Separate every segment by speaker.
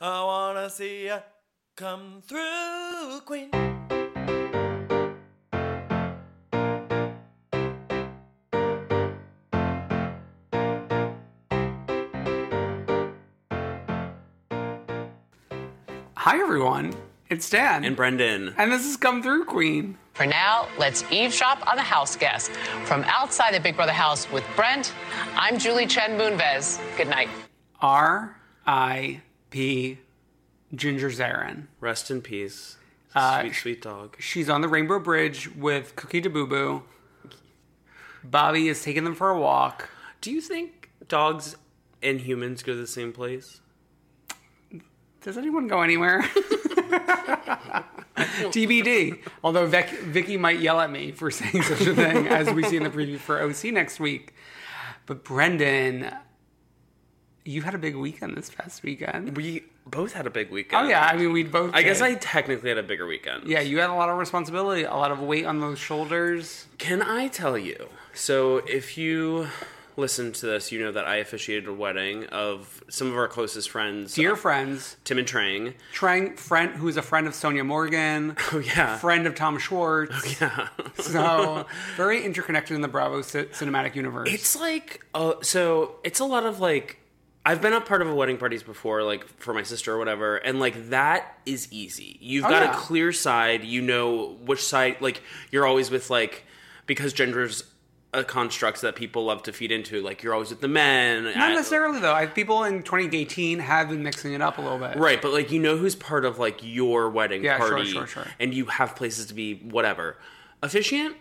Speaker 1: I wanna see ya. Come through, Queen.
Speaker 2: Hi, everyone. It's Dan.
Speaker 1: And Brendan.
Speaker 2: And this is Come Through Queen.
Speaker 3: For now, let's eavesdrop on the house guests from outside the Big Brother house with Brent. I'm Julie Chen Moonves. Good night.
Speaker 2: R I P Ginger Zarin. Uh,
Speaker 1: Rest in peace. sweet, sweet dog.
Speaker 2: She's on the Rainbow Bridge with Cookie de Boo Boo. Bobby is taking them for a walk.
Speaker 1: Do you think dogs and humans go to the same place?
Speaker 2: Does anyone go anywhere? TBD. Although Vic, Vicky might yell at me for saying such a thing, as we see in the preview for OC next week. But Brendan, you had a big weekend this past weekend.
Speaker 1: We both had a big weekend.
Speaker 2: Oh yeah, I mean we both.
Speaker 1: I guess
Speaker 2: did.
Speaker 1: I technically had a bigger weekend.
Speaker 2: Yeah, you had a lot of responsibility, a lot of weight on those shoulders.
Speaker 1: Can I tell you? So, if you listen to this, you know that I officiated a wedding of some of our closest friends, uh,
Speaker 2: Dear friends,
Speaker 1: Tim and Trang.
Speaker 2: Trang friend who is a friend of Sonia Morgan.
Speaker 1: Oh, yeah. Oh,
Speaker 2: friend of Tom Schwartz. yeah, so very interconnected in the Bravo ci- cinematic universe.
Speaker 1: It's like, uh, so it's a lot of like, I've been a part of a wedding parties before, like for my sister or whatever, and like that is easy. You've got
Speaker 2: Oh, yeah.
Speaker 1: a clear side. You know which side. Like you're always with like because gender's a construct that people love to feed into. Like you're always with the men.
Speaker 2: not
Speaker 1: I-
Speaker 2: necessarily though. I, people in 2018 have been mixing it up a little bit.
Speaker 1: Right, but like you know who's part of like your wedding
Speaker 2: Yeah, sure,
Speaker 1: party,
Speaker 2: sure, sure.
Speaker 1: and you have places to be. Whatever, officiant,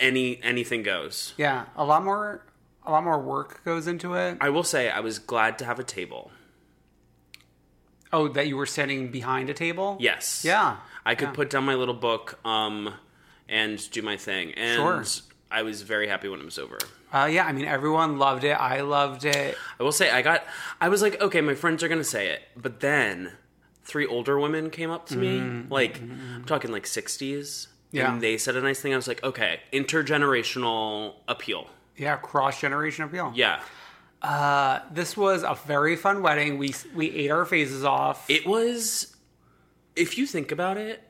Speaker 1: any anything goes.
Speaker 2: Yeah, a lot more, a lot more work goes into it.
Speaker 1: I will say I was glad to have a table.
Speaker 2: oh, that you were sitting behind a table.
Speaker 1: Yes.
Speaker 2: Yeah.
Speaker 1: I could put down my little book, um, and do my thing, and
Speaker 2: Sure.
Speaker 1: I was very happy when it was over.
Speaker 2: Uh, yeah. I mean, everyone loved it. I loved it.
Speaker 1: I will say I got. I was like, okay, my friends are gonna say it, but then three older women came up to me, like I'm talking like 60s,
Speaker 2: Mm-hmm. Yeah.
Speaker 1: and they said a nice thing. I was like, okay, intergenerational appeal.
Speaker 2: Yeah, cross generation appeal.
Speaker 1: Yeah.
Speaker 2: This was a very fun wedding. We we ate our faces off.
Speaker 1: It was, if you think about it,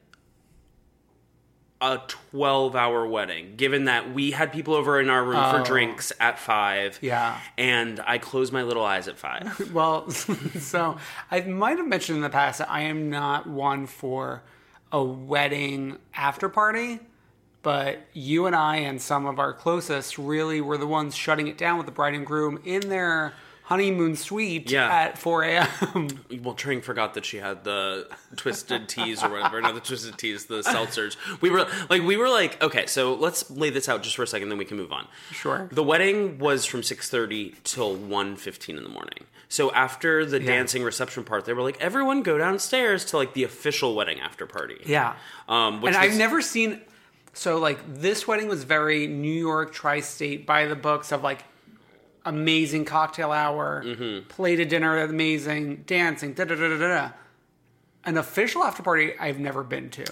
Speaker 1: a 12 hour wedding, given that we had people over in our room for drinks at five.
Speaker 2: Yeah.
Speaker 1: And I closed my little eyes at five.
Speaker 2: Well, so I might have mentioned in the past that I am not one for a wedding after party, but you and I and some of our closest really were the ones shutting it down with the bride and groom in their honeymoon suite
Speaker 1: Yeah.
Speaker 2: at 4 a.m.
Speaker 1: well, Trang forgot that she had the twisted teas or whatever. Not the twisted teas, the seltzers. We were like, we were like, okay, so let's lay this out just for a second, then we can move on.
Speaker 2: Sure.
Speaker 1: The wedding was from 6:30 till 1:15 in the morning. So after the dancing reception part, they were like everyone go downstairs to like the official wedding after party.
Speaker 2: Yeah.
Speaker 1: Um which
Speaker 2: and
Speaker 1: was,
Speaker 2: I've never seen So like this wedding was very New York tri-state by the books of like amazing cocktail hour, play to dinner, amazing dancing, da da da da da. An official after party I've never been to.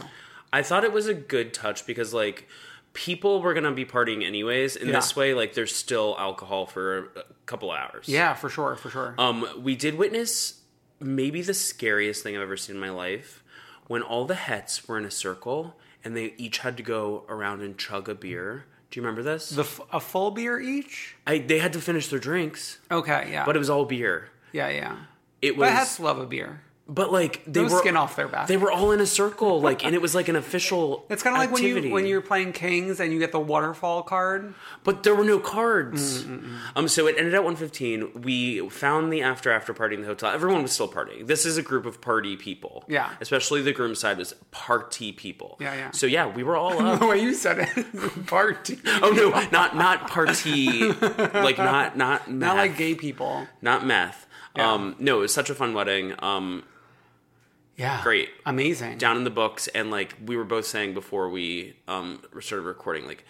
Speaker 1: I thought it was a good touch because like people were gonna be partying anyways. In
Speaker 2: Yeah.
Speaker 1: this way, like there's still alcohol for a couple hours.
Speaker 2: Yeah, for sure, for sure.
Speaker 1: Um, we did witness maybe the scariest thing I've ever seen in my life when all the hets were in a circle and they each had to go around and chug a beer. Do you remember this?
Speaker 2: the f- a full beer each.
Speaker 1: I, they had to finish their drinks,
Speaker 2: Okay, Oh, yeah,
Speaker 1: but it was all beer.
Speaker 2: yeah, yeah.
Speaker 1: It was,
Speaker 2: But hats love a beer.
Speaker 1: but like they
Speaker 2: no
Speaker 1: were
Speaker 2: skin off their back.
Speaker 1: They were all in a circle, like, and it was like an official.
Speaker 2: It's kind of like when you
Speaker 1: activity.
Speaker 2: when you're playing Kings and you get the waterfall card.
Speaker 1: But there were no
Speaker 2: Mm,
Speaker 1: cards. Um, so it ended at 1.15. We found the after after party in the hotel. Everyone was still partying. This is a group of party people.
Speaker 2: Yeah.
Speaker 1: Especially the groom side was party people.
Speaker 2: Yeah, yeah.
Speaker 1: So yeah, we were all up.
Speaker 2: The way you said it, party.
Speaker 1: oh no, not not party. like not not meth.
Speaker 2: Not like gay people.
Speaker 1: Not meth. Um, no, it was such a fun wedding. Um,
Speaker 2: Yeah,
Speaker 1: Great.
Speaker 2: amazing.
Speaker 1: down in the books and like we were both saying before we um started recording like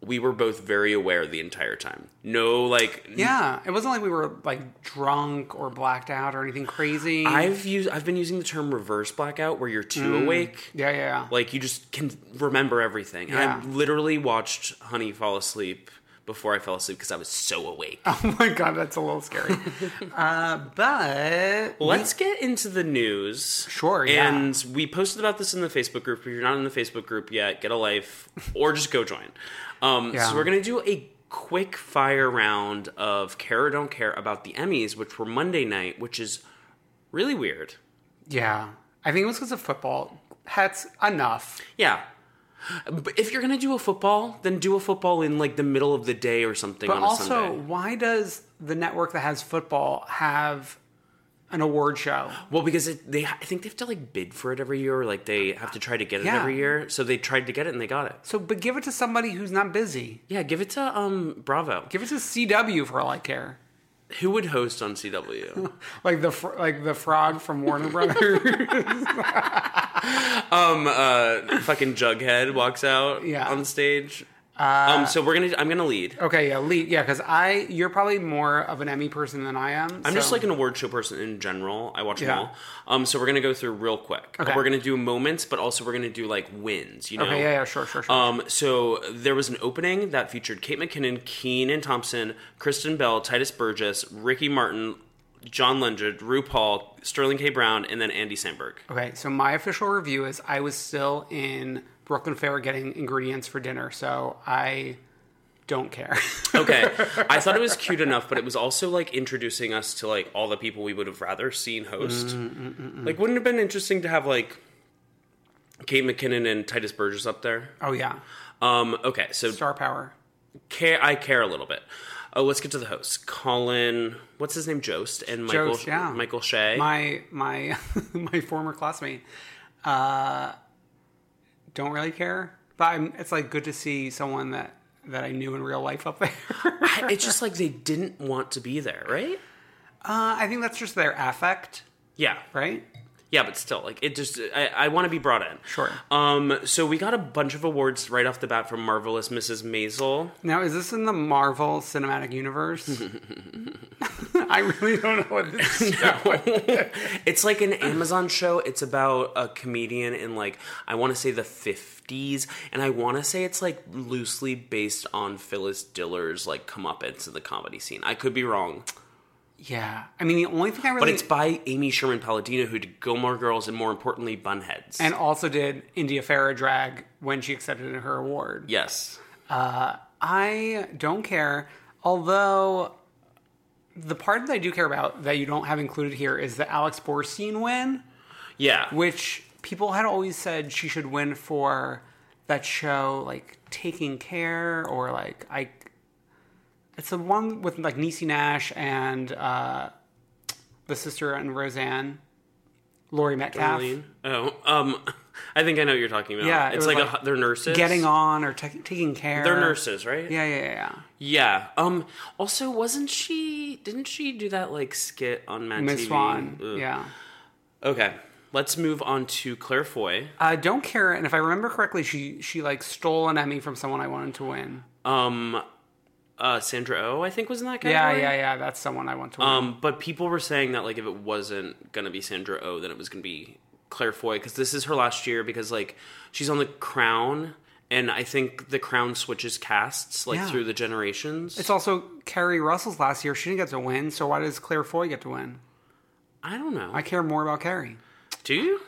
Speaker 1: we were both very aware the entire time no like n-
Speaker 2: Yeah, it wasn't like we were like drunk or blacked out or anything crazy.
Speaker 1: i've used i've been using the term reverse blackout where you're too awake
Speaker 2: Mm. yeah, yeah, yeah.
Speaker 1: like you just can remember everything and
Speaker 2: Yeah.
Speaker 1: i literally watched honey fall asleep before i fell asleep because i was so awake
Speaker 2: oh my god, that's a little scary. uh, but
Speaker 1: Let's get into the news.
Speaker 2: Sure, yeah.
Speaker 1: And we posted about this in the Facebook group. If you're not in the Facebook group yet, get a life or just go join. Um,
Speaker 2: Yeah.
Speaker 1: So we're going to do a quick fire round of Care or Don't Care about the Emmys, which were Monday night, which is really weird.
Speaker 2: yeah, I think it was because of football. Hats enough.
Speaker 1: Yeah. But if you're going to do a football, then do a football in like the middle of the day or something
Speaker 2: But
Speaker 1: on a
Speaker 2: also,
Speaker 1: Sunday.
Speaker 2: why does the network that has football have an award show?
Speaker 1: Well, because it, they, I think they have to like bid for it every year, or like they have to try to get it
Speaker 2: Yeah.
Speaker 1: every year. So they tried to get it and they got it.
Speaker 2: So, but give it to somebody who's not busy.
Speaker 1: Yeah, give it to um Bravo.
Speaker 2: Give it to CW for all I care.
Speaker 1: Who would host on CW?
Speaker 2: Like the fr- like the frog from Warner Brothers.
Speaker 1: Fucking Jughead walks out
Speaker 2: Yeah. Uh,
Speaker 1: on stage. um, so we're gonna. I'm gonna lead.
Speaker 2: okay, yeah, Lee, yeah, because I you're probably more of an Emmy person than I am.
Speaker 1: I'm just like an award show person in general. I watch
Speaker 2: Yeah.
Speaker 1: them all. Um, so we're gonna go through real quick.
Speaker 2: Okay.
Speaker 1: We're gonna do moments, but also we're gonna do like wins. You know.
Speaker 2: okay, yeah, yeah, sure, sure, sure.
Speaker 1: Um, so there was an opening that featured Kate McKinnon, Keenan Thompson, Kristen Bell, Titus Burgess, Ricky Martin, John Lunja, RuPaul, Sterling K. Brown, and then Andy Samberg.
Speaker 2: okay, so my official review is I was still in Brooklyn Fair getting ingredients for dinner, so I don't care.
Speaker 1: Okay. I thought it was cute enough, but it was also like introducing us to like all the people we would have rather seen host.
Speaker 2: Mm,
Speaker 1: Like, wouldn't it have been interesting to have like Kate McKinnon and Titus Burgess up there?
Speaker 2: oh yeah,
Speaker 1: Um, okay, so
Speaker 2: star power.
Speaker 1: care, I care a little bit. Oh, let's get to the hosts. Colin, what's his name? Jost and Michael
Speaker 2: Jost, yeah.
Speaker 1: Michael Shea.
Speaker 2: My my my former classmate. Uh, don't really care, but I'm, it's like good to see someone that that I knew in real life up there.
Speaker 1: I- it's just like they didn't want to be there, right?
Speaker 2: Uh, I think that's just their affect,
Speaker 1: Yeah.
Speaker 2: right?
Speaker 1: Yeah, but still, like it just I, I want to be brought in.
Speaker 2: Sure.
Speaker 1: Um, so we got a bunch of awards right off the bat from Marvelous Mrs. Maisel.
Speaker 2: Now, is this in the Marvel Cinematic Universe? I really don't know what this is.
Speaker 1: It's like an Amazon show. It's about a comedian in like I want to say the 50s and I want to say it's like loosely based on Phyllis Diller's like comeuppance in the comedy scene. I could be wrong,
Speaker 2: Yeah, I mean the only thing I really
Speaker 1: but it's by Amy Sherman Palladino who did Gilmore Girls and more importantly Bunheads.
Speaker 2: and also did India Farah drag when she accepted her award.
Speaker 1: yes.
Speaker 2: Uh, I don't care. Although the part that I do care about that you don't have included here is the Alex Borstein win,
Speaker 1: Yeah.
Speaker 2: which people had always said she should win for that show, like Taking Care or like I. It's the one with like Niecy Nash and uh, the sister and Roseanne, Lori Metcalf.
Speaker 1: Oh, um I think I know what you're talking about.
Speaker 2: Yeah, it
Speaker 1: it's
Speaker 2: was
Speaker 1: like,
Speaker 2: like
Speaker 1: a, they're nurses.
Speaker 2: Getting on or tak- taking care.
Speaker 1: They're nurses, right?
Speaker 2: Yeah, yeah, yeah, yeah.
Speaker 1: Yeah. Um. Also, wasn't she? Didn't she do that like skit on Mad
Speaker 2: Miss
Speaker 1: TV?
Speaker 2: Swan.
Speaker 1: Ugh.
Speaker 2: Yeah.
Speaker 1: Okay. Let's move on to Claire Foy.
Speaker 2: I don't care. And if I remember correctly, she she like stole an Emmy from someone I wanted to win.
Speaker 1: Um, uh, Sandra O, oh, I think was in that
Speaker 2: Yeah,
Speaker 1: category.
Speaker 2: yeah, yeah. That's someone I want to win.
Speaker 1: Um, but people were saying that like if it wasn't gonna be Sandra O, oh, then it was gonna be Claire Foy because this is her last year because like she's on The Crown, and I think The Crown switches casts like
Speaker 2: Yeah.
Speaker 1: through the generations.
Speaker 2: it's also Carrie Russell's last year. She didn't get to win, so why does Claire Foy get to win?
Speaker 1: I don't know.
Speaker 2: I care more about Carrie.
Speaker 1: do you?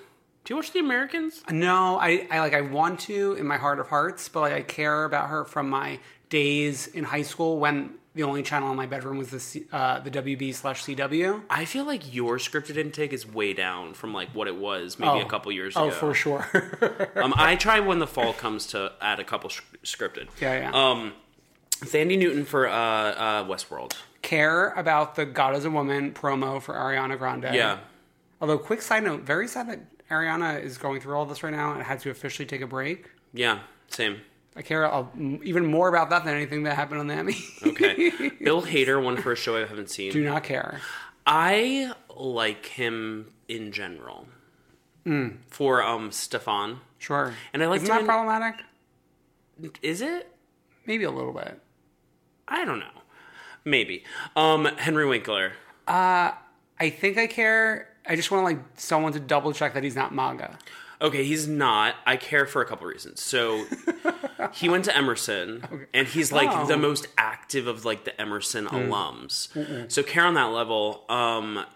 Speaker 1: Do you watch The Americans?
Speaker 2: No, I, I like I want to in my heart of hearts, but like I care about her from my days in high school when the only channel in my bedroom was the C, uh, the WB slash CW.
Speaker 1: I feel like your scripted intake is way down from like what it was maybe a couple years
Speaker 2: Oh,
Speaker 1: ago.
Speaker 2: for sure.
Speaker 1: Um, I try when the fall comes to add a couple sh- scripted.
Speaker 2: yeah, yeah.
Speaker 1: Um, Thandi Newton for uh, uh, Westworld.
Speaker 2: care about the God is a Woman promo for Ariana Grande.
Speaker 1: Yeah.
Speaker 2: Although, quick side note, very sad that Ariana is going through all this right now and had to officially take a break.
Speaker 1: Yeah. Same.
Speaker 2: I care a- m- even more about that than anything that happened on the Emmy.
Speaker 1: Okay. Bill Hader won for a show I haven't seen.
Speaker 2: Do not care.
Speaker 1: I like him in general.
Speaker 2: Hmm.
Speaker 1: For um Stefan.
Speaker 2: Sure.
Speaker 1: And I like
Speaker 2: Isn't
Speaker 1: to
Speaker 2: that
Speaker 1: in-
Speaker 2: problematic?
Speaker 1: Is it?
Speaker 2: Maybe a little bit.
Speaker 1: I don't know. Maybe. Um Henry Winkler.
Speaker 2: I think I care. I just want like someone to double check that he's not MAGA.
Speaker 1: Okay, he's not. I care for a couple reasons. So he went to Emerson, and he's like
Speaker 2: Oh.
Speaker 1: the most active of like the Emerson
Speaker 2: Mm.
Speaker 1: alums. So care on that level. Um,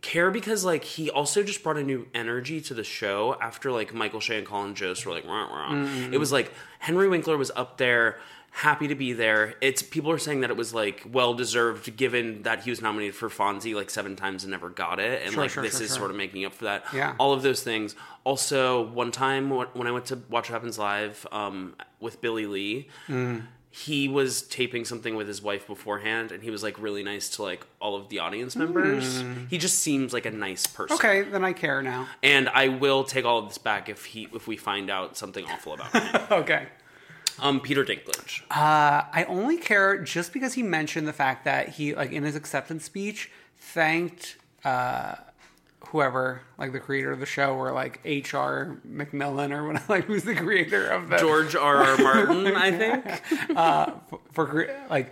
Speaker 1: care because like he also just brought a new energy to the show after like Michael Shea and Colin Jost were like rah, rah. It was like Henry Winkler was up there. Happy to be there. It's people are saying that it was like well deserved, given that he was nominated for Fonzie like seven times and never got it, and
Speaker 2: Sure,
Speaker 1: like
Speaker 2: sure,
Speaker 1: this
Speaker 2: sure,
Speaker 1: is
Speaker 2: sure.
Speaker 1: sort of making up for that.
Speaker 2: Yeah.
Speaker 1: All of those things. Also, one time wh- when I went to Watch What Happens Live um, with Billy Lee,
Speaker 2: Mm.
Speaker 1: he was taping something with his wife beforehand, and he was like really nice to like all of the audience members. He just seems like a nice person.
Speaker 2: Mm. Okay, then I care now.
Speaker 1: And I will take all of this back if he if we find out something awful about him.
Speaker 2: Okay.
Speaker 1: um, Peter Dinklage.
Speaker 2: Uh, I only care just because he mentioned the fact that he like in his acceptance speech thanked uh whoever like the creator of the show or like HR McMillan or what like who's the creator of the
Speaker 1: George R. R. Martin, I think.
Speaker 2: for cre- like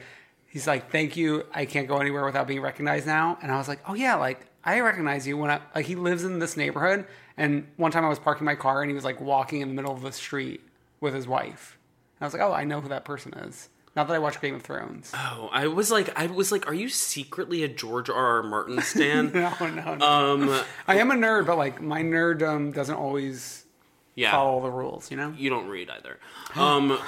Speaker 2: he's like thank you i can't go anywhere without being recognized now and i was like oh yeah like i recognize you when i like he lives in this neighborhood and one time i was parking my car and he was like walking in the middle of the street with his wife and i was like oh i know who that person is not that i watch game of thrones
Speaker 1: Oh, I was like, I was like, are you secretly a George R. R. Martin stan?
Speaker 2: no no no
Speaker 1: Um,
Speaker 2: i am a nerd but like my nerdum doesn't always
Speaker 1: Yeah.
Speaker 2: follow the rules you know
Speaker 1: You don't read either. Um,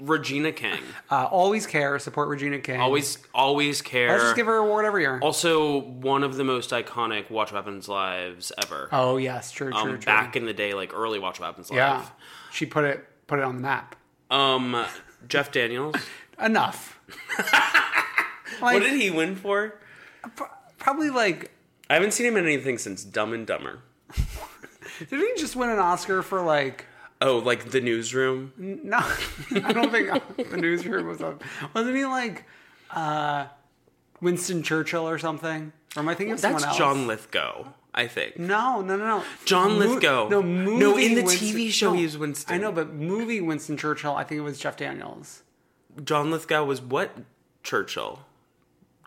Speaker 1: Regina King.
Speaker 2: uh, always care support regina king
Speaker 1: Always, always care.
Speaker 2: let's just give her a award every year
Speaker 1: also, one of the most iconic Watch What Happens Lives ever.
Speaker 2: oh yes true true
Speaker 1: um,
Speaker 2: true
Speaker 1: Back in the day, like early Watch What Happens Live.
Speaker 2: yeah she put it put it on the map
Speaker 1: Um, Jeff Daniels.
Speaker 2: enough. like,
Speaker 1: what did he win for?
Speaker 2: probably like
Speaker 1: I haven't seen him in anything since Dumb and Dumber.
Speaker 2: did he just win an Oscar for like
Speaker 1: Oh, like The Newsroom.
Speaker 2: no? I don't think the newsroom was up. Wasn't he like uh, Winston Churchill or something? Or am I thinking of
Speaker 1: That's
Speaker 2: someone else?
Speaker 1: John Lithgow, I think.
Speaker 2: No, no, no, no.
Speaker 1: John
Speaker 2: Mo-
Speaker 1: Lithgow.
Speaker 2: no, movie
Speaker 1: No, in the
Speaker 2: Winston-
Speaker 1: TV show
Speaker 2: no,
Speaker 1: he was Winston.
Speaker 2: I know, but movie Winston Churchill. I think it was Jeff Daniels.
Speaker 1: John Lithgow was what Churchill?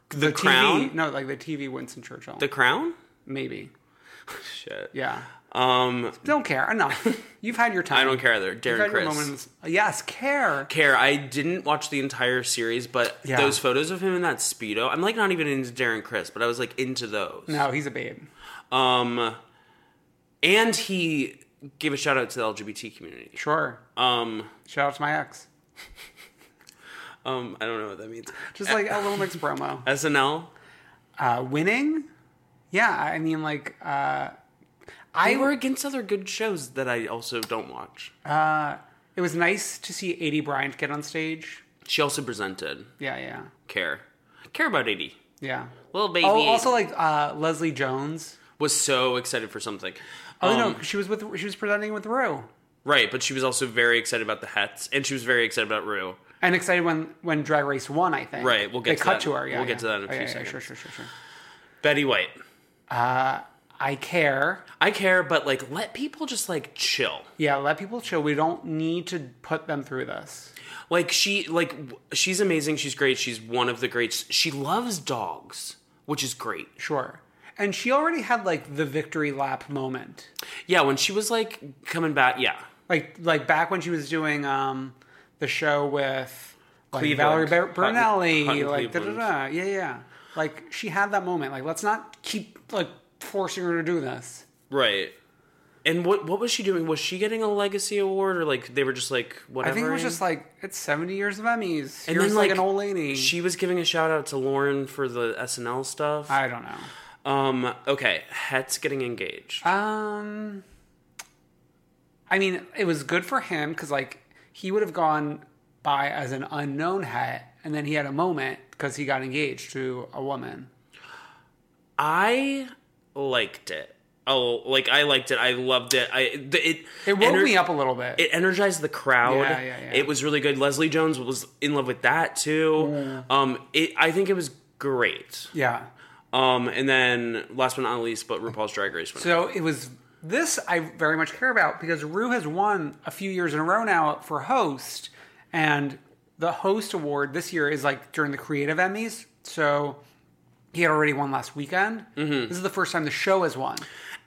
Speaker 1: The,
Speaker 2: The
Speaker 1: Crown.
Speaker 2: TV, no, like the TV Winston Churchill.
Speaker 1: The Crown.
Speaker 2: Maybe.
Speaker 1: Shit.
Speaker 2: Yeah.
Speaker 1: Um,
Speaker 2: Don't care. Enough. You've had your time.
Speaker 1: I don't care either.
Speaker 2: You've
Speaker 1: Darren
Speaker 2: had your
Speaker 1: Chris.
Speaker 2: moments. Yes, care.
Speaker 1: care. I didn't watch the entire series, but
Speaker 2: Yeah.
Speaker 1: those photos of him in that speedo, I'm like not even into Darren Chris, but I was like into those.
Speaker 2: No, he's a babe.
Speaker 1: Um, and he gave a shout out to the LGBT community.
Speaker 2: Sure.
Speaker 1: Um,
Speaker 2: Shout out to my ex.
Speaker 1: um, I don't know what that means.
Speaker 2: Just like a Little Mix promo.
Speaker 1: SNL.
Speaker 2: Uh, winning? Yeah, I mean, like, uh,
Speaker 1: I were against other good shows that I also don't watch.
Speaker 2: it was nice to see 80 Bryant get on stage.
Speaker 1: She also presented
Speaker 2: Yeah, yeah,
Speaker 1: Care. Care about 80.
Speaker 2: yeah.
Speaker 1: Little baby
Speaker 2: Oh,
Speaker 1: 80.
Speaker 2: also, like, uh, Leslie Jones.
Speaker 1: was so excited for something.
Speaker 2: Oh,
Speaker 1: Um,
Speaker 2: no, she was with, she was presenting with Rue.
Speaker 1: Right, but she was also very excited about the hats, and she was very excited about Rue.
Speaker 2: And excited when, when Drag Race won, I think.
Speaker 1: Right, we'll get
Speaker 2: they
Speaker 1: to
Speaker 2: cut
Speaker 1: that.
Speaker 2: to her, yeah.
Speaker 1: We'll get
Speaker 2: yeah.
Speaker 1: to that in a
Speaker 2: Oh,
Speaker 1: few
Speaker 2: yeah, yeah,
Speaker 1: seconds.
Speaker 2: sure, sure, sure, sure.
Speaker 1: Betty White.
Speaker 2: I care.
Speaker 1: I care, but like let people just like chill.
Speaker 2: Yeah, let people chill. We don't need to put them through this.
Speaker 1: Like she like w- she's amazing, she's great, she's one of the greats. She loves dogs, which is great.
Speaker 2: Sure. And she already had like the victory lap moment.
Speaker 1: Yeah, when she was like coming back, yeah.
Speaker 2: Like like back when she was doing um the show with like
Speaker 1: Cleveland.
Speaker 2: Valerie Ber-
Speaker 1: Hunt-
Speaker 2: Bernelli,
Speaker 1: Hunt in
Speaker 2: like da da
Speaker 1: Cleveland.
Speaker 2: da. Yeah, yeah. Like she had that moment. Like let's not keep like forcing her to do this.
Speaker 1: Right. And what what was she doing? Was she getting a legacy award or like they were just like whatever?
Speaker 2: I think it was just like it's seventy years of Emmys.
Speaker 1: and
Speaker 2: Here's
Speaker 1: then
Speaker 2: like, an old lady.
Speaker 1: She was giving a shout out to Lauren for the SNL stuff.
Speaker 2: I don't know.
Speaker 1: um okay, Het's getting engaged.
Speaker 2: Um, I mean, it was good for him because like he would have gone by as an unknown hat, and then he had a moment because he got engaged to a woman.
Speaker 1: I liked it. Oh, like I liked it. I loved it. I th- it
Speaker 2: It woke me up a little bit.
Speaker 1: It energized the crowd.
Speaker 2: Yeah, yeah, yeah.
Speaker 1: It was really good. Leslie Jones was in love with that too. Um, it I think it was great.
Speaker 2: yeah.
Speaker 1: Um, and then last but not least, but RuPaul's Drag Race winner.
Speaker 2: So it was this I very much care about because Rue has won a few years in a row now for host, and the host award this year is like during the creative Emmys. So he had already won last weekend.
Speaker 1: Mm-hmm.
Speaker 2: This is the first time the show has won.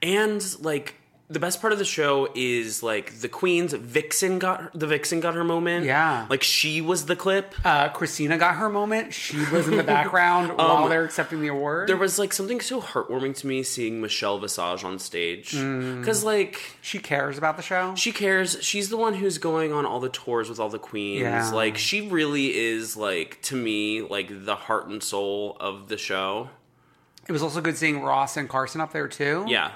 Speaker 1: and like the best part of the show is like the queens vixen got her, the vixen got her moment
Speaker 2: Yeah.
Speaker 1: like she was the clip
Speaker 2: uh, Christina got her moment. She was in the background while they're accepting the award.
Speaker 1: Um, there was like something so heartwarming to me seeing michelle visage on stage
Speaker 2: Mm.
Speaker 1: because like
Speaker 2: she cares about the show.
Speaker 1: she cares. She's the one who's going on all the tours with all the queens.
Speaker 2: Yeah.
Speaker 1: Like she really is like to me like the heart and soul of the show.
Speaker 2: it was also good seeing Ross and Carson up there too.
Speaker 1: Yeah.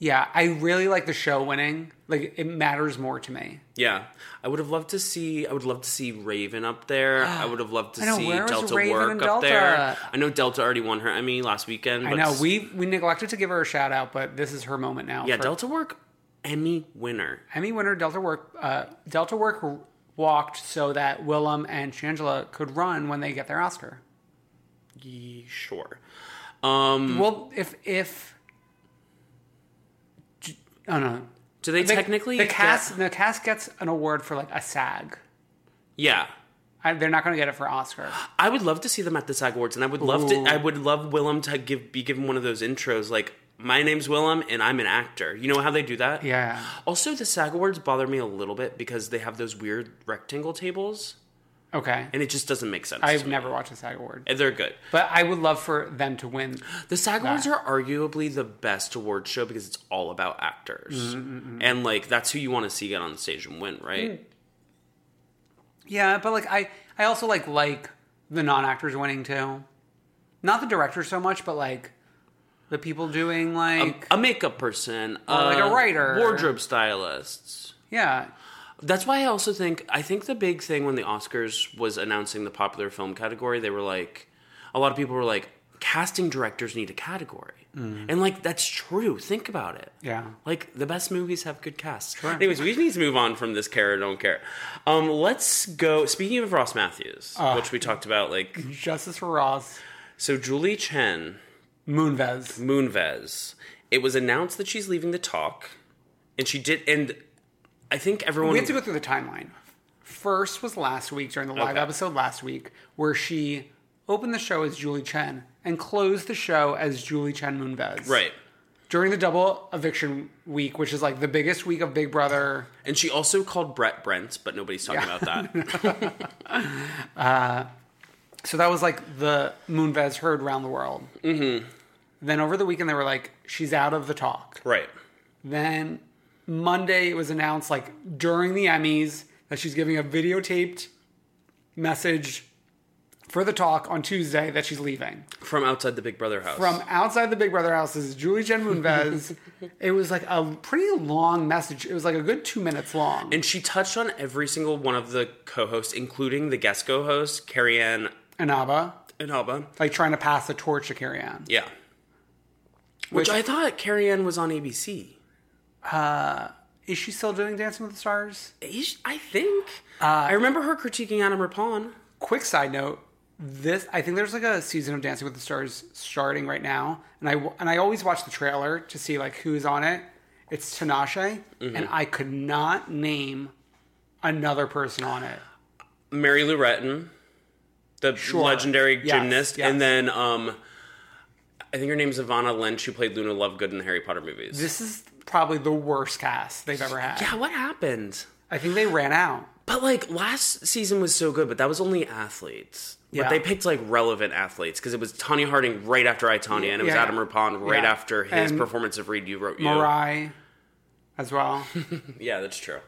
Speaker 2: yeah. I really like the show winning. Like it matters more to me.
Speaker 1: Yeah. I would have loved to see I would love to see Raven up there. I would have loved to
Speaker 2: I know,
Speaker 1: see
Speaker 2: where is
Speaker 1: Delta
Speaker 2: Raven
Speaker 1: work
Speaker 2: and
Speaker 1: up there.
Speaker 2: Delta?
Speaker 1: I know Delta already won her Emmy last weekend.
Speaker 2: I
Speaker 1: but
Speaker 2: know
Speaker 1: s-
Speaker 2: we we neglected to give her a shout out, but this is her moment now.
Speaker 1: Yeah,
Speaker 2: for-
Speaker 1: Delta work Emmy winner.
Speaker 2: Emmy winner Delta Work. Uh, Delta Work walked so that Willem and Shangela could run when they get their Oscar.
Speaker 1: Ye- Sure. Um
Speaker 2: Well, if if oh no.
Speaker 1: do they
Speaker 2: The-
Speaker 1: technically
Speaker 2: the
Speaker 1: get-
Speaker 2: cast the cast gets an award for like a SAG.
Speaker 1: Yeah.
Speaker 2: I, they're not going to get it for Oscar.
Speaker 1: I would love to see them at the SAG Awards, and I would love to. I would love Willem to give be given one of those intros, like "My name's Willem, and I'm an actor." You know how they do that?
Speaker 2: Yeah.
Speaker 1: Also, the SAG Awards bother me a little bit because they have those weird rectangle tables,
Speaker 2: Okay.
Speaker 1: and it just doesn't make sense.
Speaker 2: I've
Speaker 1: to me.
Speaker 2: never watched a SAG award,
Speaker 1: And They're good.
Speaker 2: but I would love for them to win.
Speaker 1: The SAG Awards are arguably the best award show because it's all about
Speaker 2: Mm,
Speaker 1: actors, and like that's who you want to see get on stage and win, right?
Speaker 2: Mm, Yeah, but like I, I also like like the non actors winning too, not the directors so much, but like the people doing like Oh,
Speaker 1: A makeup person,
Speaker 2: like a
Speaker 1: uh,
Speaker 2: writer.
Speaker 1: wardrobe stylists.
Speaker 2: yeah,
Speaker 1: That's why I also think I think the big thing when the Oscars was announcing the popular film category, they were like, a lot of people were like, casting directors need a category, and like that's true. Think about it.
Speaker 2: Mm. yeah.
Speaker 1: Like the best movies have good casts. Anyways, we need to move on from this care or don't care. Um, let's go. Speaking of Ross Matthews,
Speaker 2: Ah.
Speaker 1: which we talked about, like
Speaker 2: Justice for Ross,
Speaker 1: so, Julie Chen
Speaker 2: Moonves.
Speaker 1: Moonves. It was announced that she's leaving the talk, and she did. And I think everyone
Speaker 2: We have to go through the timeline. First was last week during the live episode last week where she opened the show as Julie Chen and closed the show as Julie Chen Moonves.
Speaker 1: right.
Speaker 2: during the double eviction week, which is like the biggest week of Big Brother.
Speaker 1: And she also called Brett Brent, but nobody's talking about that.
Speaker 2: So that was like the Moonves heard around the world. Mm-hmm. Then over the weekend, they were like, she's out of the talk.
Speaker 1: right.
Speaker 2: Then Monday, it was announced like during the Emmys that she's giving a videotaped message for the talk on Tuesday that she's leaving.
Speaker 1: From outside the Big Brother house.
Speaker 2: From outside the Big Brother house is Julie Jen Moonves. it was like a pretty long message. It was like a good two minutes long.
Speaker 1: and she touched on every single one of the co-hosts, including the guest co-host, Carrie Ann
Speaker 2: Anaba,
Speaker 1: Inaba.
Speaker 2: like trying to pass the torch to carry on.
Speaker 1: Yeah. Which, I thought Carrie Ann was on ABC.
Speaker 2: Is she still doing Dancing with the Stars? Uh,
Speaker 1: Is- I think. I remember her critiquing Adam Rippon.
Speaker 2: Quick side note this I think there's like a season of Dancing with the Stars starting right now, and I and I always watch the trailer to see like who's on it. It's Tinashe, and
Speaker 1: Mm-hmm.
Speaker 2: I could not name another person on it.
Speaker 1: Mary Lou Retton, the legendary
Speaker 2: Yes,
Speaker 1: gymnast,
Speaker 2: yes.
Speaker 1: and then um, I think her name's Ivana Lynch, who played Luna Lovegood in the Harry Potter movies.
Speaker 2: This is probably the worst cast they've ever had.
Speaker 1: yeah, what happened?
Speaker 2: I think they ran out.
Speaker 1: But like last season was so good, but that was only athletes.
Speaker 2: Yeah.
Speaker 1: But they picked like relevant athletes because it was Tanya Harding right after I Tanya, and it was
Speaker 2: Yeah.
Speaker 1: Adam Rippon right
Speaker 2: Yeah.
Speaker 1: after his
Speaker 2: And
Speaker 1: performance of Read You Wrote You.
Speaker 2: Marai, as well.
Speaker 1: Yeah, that's true.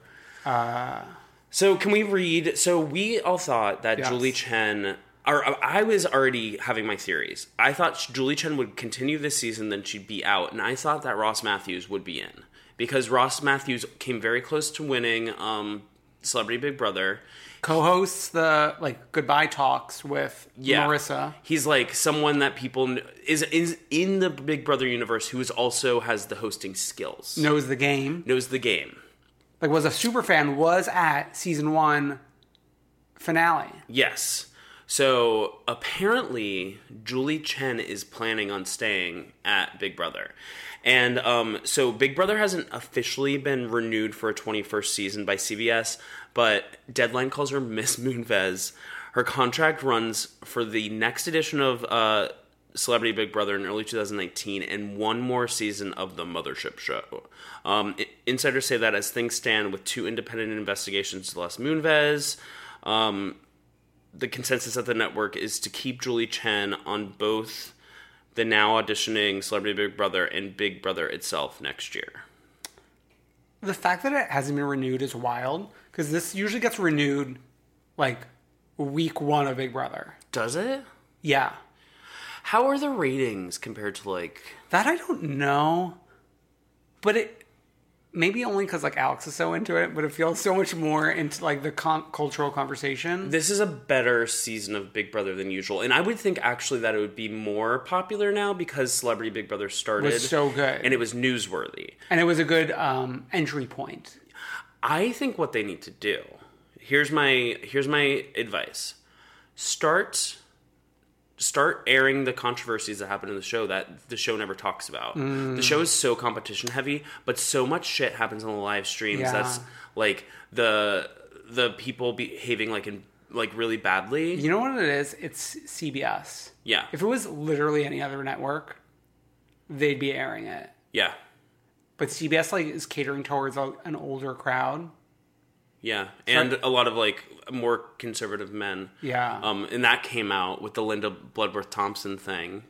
Speaker 2: Uh,
Speaker 1: so can we read? So we all thought that
Speaker 2: Yes.
Speaker 1: Julie Chen. Or uh, I was already having my theories. I thought sh- Julie Chen would continue this season, then she'd be out, and I thought that Ross Matthews would be in because Ross Matthews came very close to winning um, Celebrity Big Brother.
Speaker 2: Co-hosts the like goodbye talks with
Speaker 1: Yeah.
Speaker 2: Marissa.
Speaker 1: He's like someone that people kn- is is in the Big Brother universe who is also has the hosting skills.
Speaker 2: Knows the game.
Speaker 1: Knows the game.
Speaker 2: Like was a super fan. Was at season one finale.
Speaker 1: Yes. So apparently, Julie Chen is planning on staying at Big Brother. And um, so Big Brother hasn't officially been renewed for a 21st season by CBS, but Deadline calls her Miss Moonves. Her contract runs for the next edition of uh, Celebrity Big Brother in early 2019 and one more season of the Mothership show. Um, i- insiders say that as things stand with two independent investigations to Les Moonves, um, the consensus at the network is to keep Julie Chen on both the now auditioning Celebrity Big Brother and Big Brother itself next year.
Speaker 2: The fact that it hasn't been renewed is wild because this usually gets renewed like week one of Big Brother.
Speaker 1: Does it?
Speaker 2: Yeah,
Speaker 1: How are the ratings compared to like?
Speaker 2: that I don't know, but it maybe only because like Alex is so into it, but it feels so much more into like the con- cultural conversation.
Speaker 1: This is a better season of Big Brother than usual, and I would think actually that it would be more popular now because Celebrity Big Brother started
Speaker 2: was so good,
Speaker 1: and it was newsworthy.
Speaker 2: and it was a good um, entry point.
Speaker 1: I think what they need to do. Here's my here's my advice. Start start airing the controversies that happen in the show that the show never talks about.
Speaker 2: Mm.
Speaker 1: The show is so competition heavy, but so much shit happens on the live streams
Speaker 2: Yeah.
Speaker 1: that's like the the people behaving like in like really badly.
Speaker 2: You know what it is? It's CBS.
Speaker 1: yeah.
Speaker 2: If it was literally any other network, they'd be airing it.
Speaker 1: yeah.
Speaker 2: But CBS like is catering towards a, an older crowd.
Speaker 1: Yeah. And a lot of like more conservative men.
Speaker 2: Yeah.
Speaker 1: Um, and that came out with the Linda Bloodworth Thompson thing.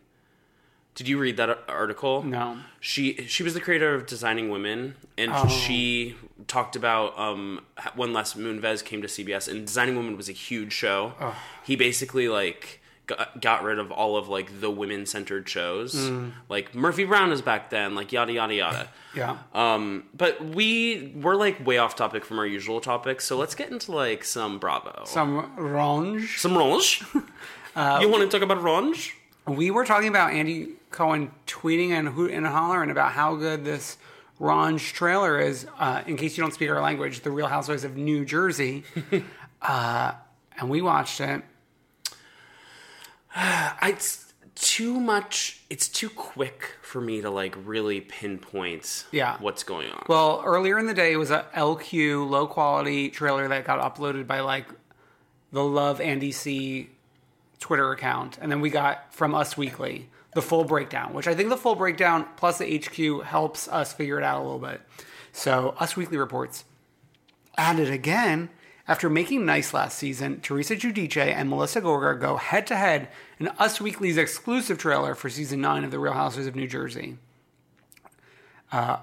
Speaker 1: Did you read that ar- article?
Speaker 2: No. Oh.
Speaker 1: She she was the creator of Designing Women, and she talked about um, h- when Les Moonves came to CBS, and Designing Women was a huge show. He basically like got, got rid of all of like the women centered shows,
Speaker 2: Mm.
Speaker 1: like Murphy Brown is back then, like yada yada yada.
Speaker 2: Yeah.
Speaker 1: Um, but we we're like way off topic from our usual topics, so let's get into like some Uh, Bravo,
Speaker 2: Some Range.
Speaker 1: some Ronge. you want to talk about Ronge?
Speaker 2: We were talking about Andy Cohen tweeting and hoot and hollering about how good this Range trailer is. Uh, in case you don't speak our language, The Real Housewives of New Jersey. uh, and we watched it.
Speaker 1: I- it's too much it's too quick for me to like really pinpoint
Speaker 2: Yeah.
Speaker 1: what's going on
Speaker 2: Well, earlier in the day, it was a LQ low quality trailer that got uploaded by like the Love Andy C Twitter account, and then we got from Us Weekly the full breakdown, which I think the full breakdown plus the HQ helps us figure it out a little bit. So Us Weekly reports at it again. After making nice last season, Teresa Giudice and Melissa Gorga go head to head in Us Weekly's exclusive trailer for season nine of The Real Housewives of New Jersey.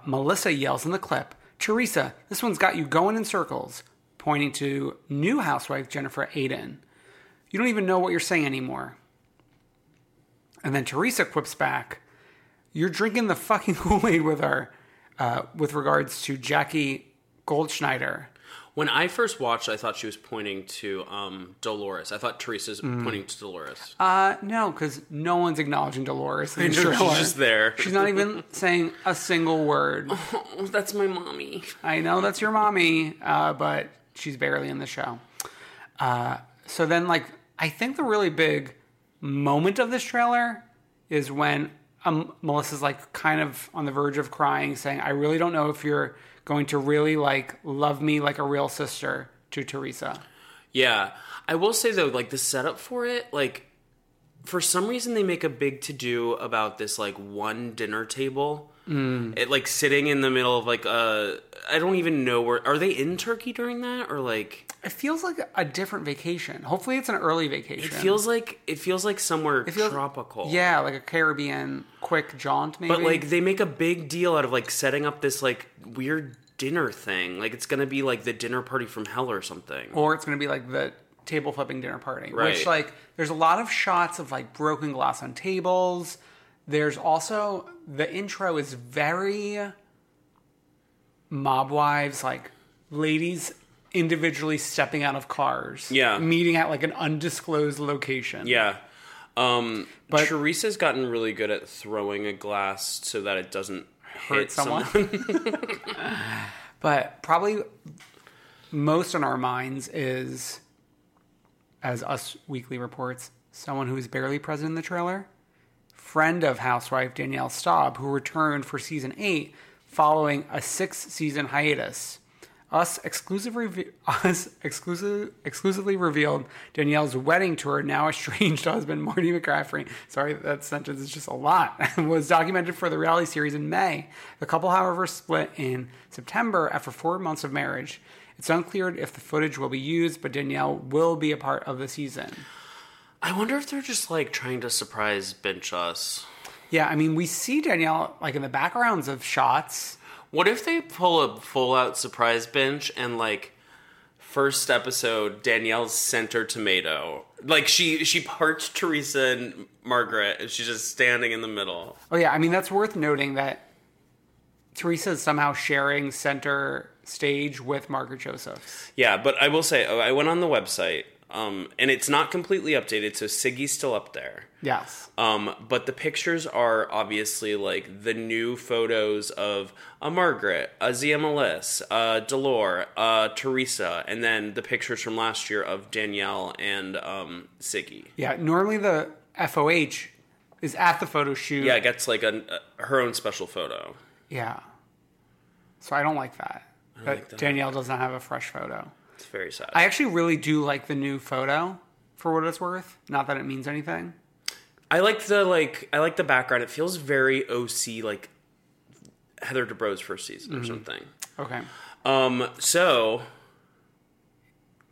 Speaker 2: Melissa yells in the clip, Teresa, this one's got you going in circles, pointing to new housewife Jennifer Aiden. You don't even know what you're saying anymore. And then Teresa quips back, You're drinking the fucking Kool Aid with her, uh, with regards to Jackie Goldschneider.
Speaker 1: when i first watched i thought she was pointing to um dolores i thought teresa's pointing to dolores
Speaker 2: Uh, no, because no one's acknowledging Dolores. in the
Speaker 1: she's
Speaker 2: trailer.
Speaker 1: just there
Speaker 2: She's not even saying a single word.
Speaker 1: oh, that's my mommy
Speaker 2: I know that's your mommy, uh, but she's barely in the show. Uh, so then, like, I think the really big moment of this trailer is when um, Melissa's like kind of on the verge of crying, saying, "I really don't know if you're going to really like love me like a real sister to Teresa."
Speaker 1: Yeah. I will say though, like the setup for it, like for some reason they make a big to do about this like one dinner table. It like sitting in the middle of like uh I don't even know where are they in Turkey during that or like
Speaker 2: It feels like a different vacation. Hopefully, it's an early vacation.
Speaker 1: it feels like it feels like somewhere tropical.
Speaker 2: yeah, like a Caribbean quick jaunt, maybe.
Speaker 1: But like they make a big deal out of like setting up this like weird dinner thing. Like it's gonna be like the dinner party from hell or something.
Speaker 2: or it's going to be like the table flipping dinner party, which
Speaker 1: Right.
Speaker 2: like there's a lot of shots of like broken glass on tables. There's also the intro is very mob wives, like ladies individually stepping out of cars,
Speaker 1: Yeah.
Speaker 2: meeting at like an undisclosed location,
Speaker 1: Yeah. Um,
Speaker 2: But-
Speaker 1: Teresa's gotten really good at throwing a glass so that it doesn't
Speaker 2: hurt
Speaker 1: hit
Speaker 2: someone. but probably most on our minds is, as Us Weekly reports, someone who is barely present in the trailer, friend of housewife Danielle Staub, who returned for season eight following a six season hiatus. Us exclusively, us exclusive, exclusively revealed Danielle's wedding to her now estranged husband Marty McCaffrey. Sorry, that sentence is just a lot. was documented for the reality series in May. The couple, however, split in September after four months of marriage. It's unclear if the footage will be used, but Danielle will be a part of the season.
Speaker 1: I wonder if they're just like trying to surprise bench us.
Speaker 2: Yeah, I mean, we see Danielle like in the backgrounds of shots.
Speaker 1: What if they pull a full out surprise bench and like first episode Danielle's center tomato? Like she she parts Teresa and Margaret and she's just standing in the middle.
Speaker 2: Oh yeah, I mean that's worth noting that Teresa is somehow sharing center stage with Margaret Josephs.
Speaker 1: Yeah, but I will say oh, I went on the website um, and it's not completely updated, so Siggy's still up there.
Speaker 2: Yes.
Speaker 1: Um, but the pictures are obviously like the new photos of a Margaret, a ZMLS, uh, Delore, uh, Teresa, and then the pictures from last year of Danielle and um, Siggy.
Speaker 2: Yeah. Normally the FOH is at the photo shoot.
Speaker 1: Yeah, it gets like a, a- her own special photo.
Speaker 2: Yeah. So I don't like that. that Danielle doesn't have a fresh photo.
Speaker 1: It's very sad.
Speaker 2: I actually really do like the new photo for what it's worth. Not that it means anything.
Speaker 1: I like the like I like the background. It feels very OC like Heather DeBro's first season or something.
Speaker 2: Okay.
Speaker 1: Um, so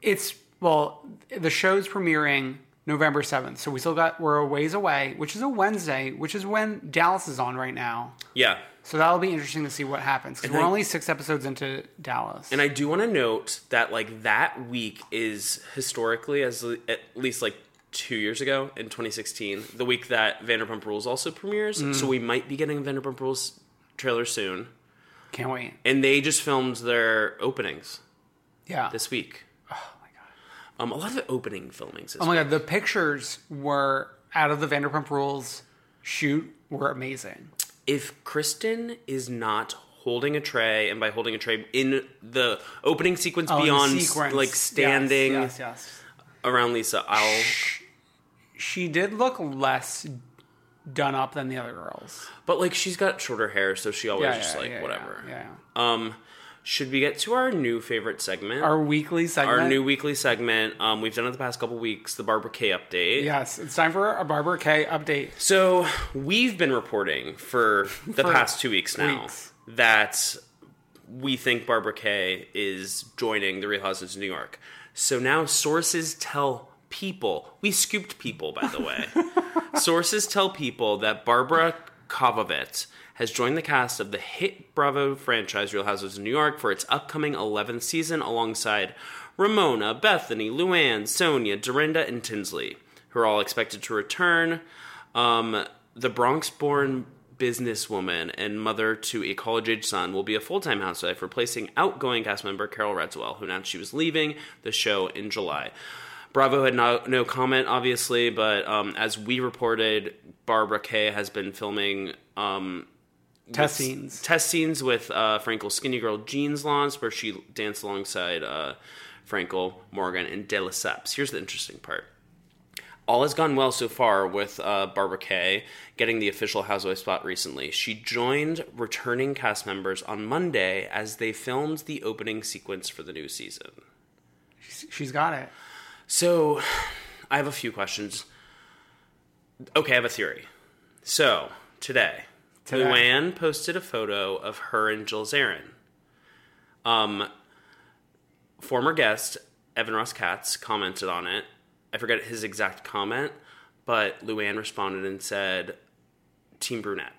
Speaker 2: It's well, the show's premiering November seventh, so we still got we're a ways away, which is a Wednesday, which is when Dallas is on right now.
Speaker 1: yeah,
Speaker 2: So that'll be interesting to see what happens because we're only six episodes into Dallas.
Speaker 1: And I do want to note that like that week is historically as l- at least like 2 years ago in 2016, the week that Vanderpump Rules also premieres,
Speaker 2: Mm.
Speaker 1: so we might be getting a Vanderpump Rules trailer soon.
Speaker 2: can't wait.
Speaker 1: And they just filmed their openings
Speaker 2: Yeah.
Speaker 1: this week. Oh my god. Um a lot of opening filmings. This
Speaker 2: oh my god, the pictures were out of the Vanderpump Rules shoot were amazing.
Speaker 1: if Kristen is not holding a tray, and by holding a tray in the opening sequence
Speaker 2: Oh, and the
Speaker 1: beyond
Speaker 2: sequence.
Speaker 1: like standing
Speaker 2: Yes, yes, yes.
Speaker 1: around Lisa, I'll.
Speaker 2: She did look less done up than the other girls.
Speaker 1: But like she's got shorter hair, so she always just like whatever.
Speaker 2: Yeah, yeah.
Speaker 1: Um, should we get to our new favorite segment?
Speaker 2: Our weekly segment.
Speaker 1: Our new weekly segment. Um, we've done it the past couple weeks. The Barbara K update.
Speaker 2: Yes, it's time for a Barbara K update.
Speaker 1: So we've been reporting for the
Speaker 2: For
Speaker 1: past two weeks now
Speaker 2: weeks.
Speaker 1: that we think Barbara Kay is joining the Real Housewives of New York. So now sources tell people we scooped people, by the way. sources tell people that Barbara Kovovitz has joined the cast of the hit Bravo franchise Real Housewives of New York for its upcoming 11th season alongside Ramona, Bethany, Luann, Sonia, Dorinda, and Tinsley, who are all expected to return. Um, the Bronx born businesswoman and mother to a college age son will be a full time housewife, replacing outgoing cast member Carol Redswell, who announced she was leaving the show in July. Bravo had no, no comment, obviously, but um, as we reported, Barbara Kay has been filming um,
Speaker 2: Test scenes.
Speaker 1: test scenes with uh, Frankel's Skinny Girl Jeans launch, where she danced alongside uh, Frankel, Morgan, and De Lesseps. Here's the interesting part. all has gone well so far with uh, Barbara Kay getting the official Housewife spot recently. She joined returning cast members on Monday as they filmed the opening sequence for the new season.
Speaker 2: She's got it.
Speaker 1: So, I have a few questions. Okay, I have a theory. So, today,
Speaker 2: Today.
Speaker 1: Luann posted a photo of her and Jules Aaron. Um, former guest Evan Ross Katz commented on it. I forget his exact comment, but Luann responded and said, Team Brunette.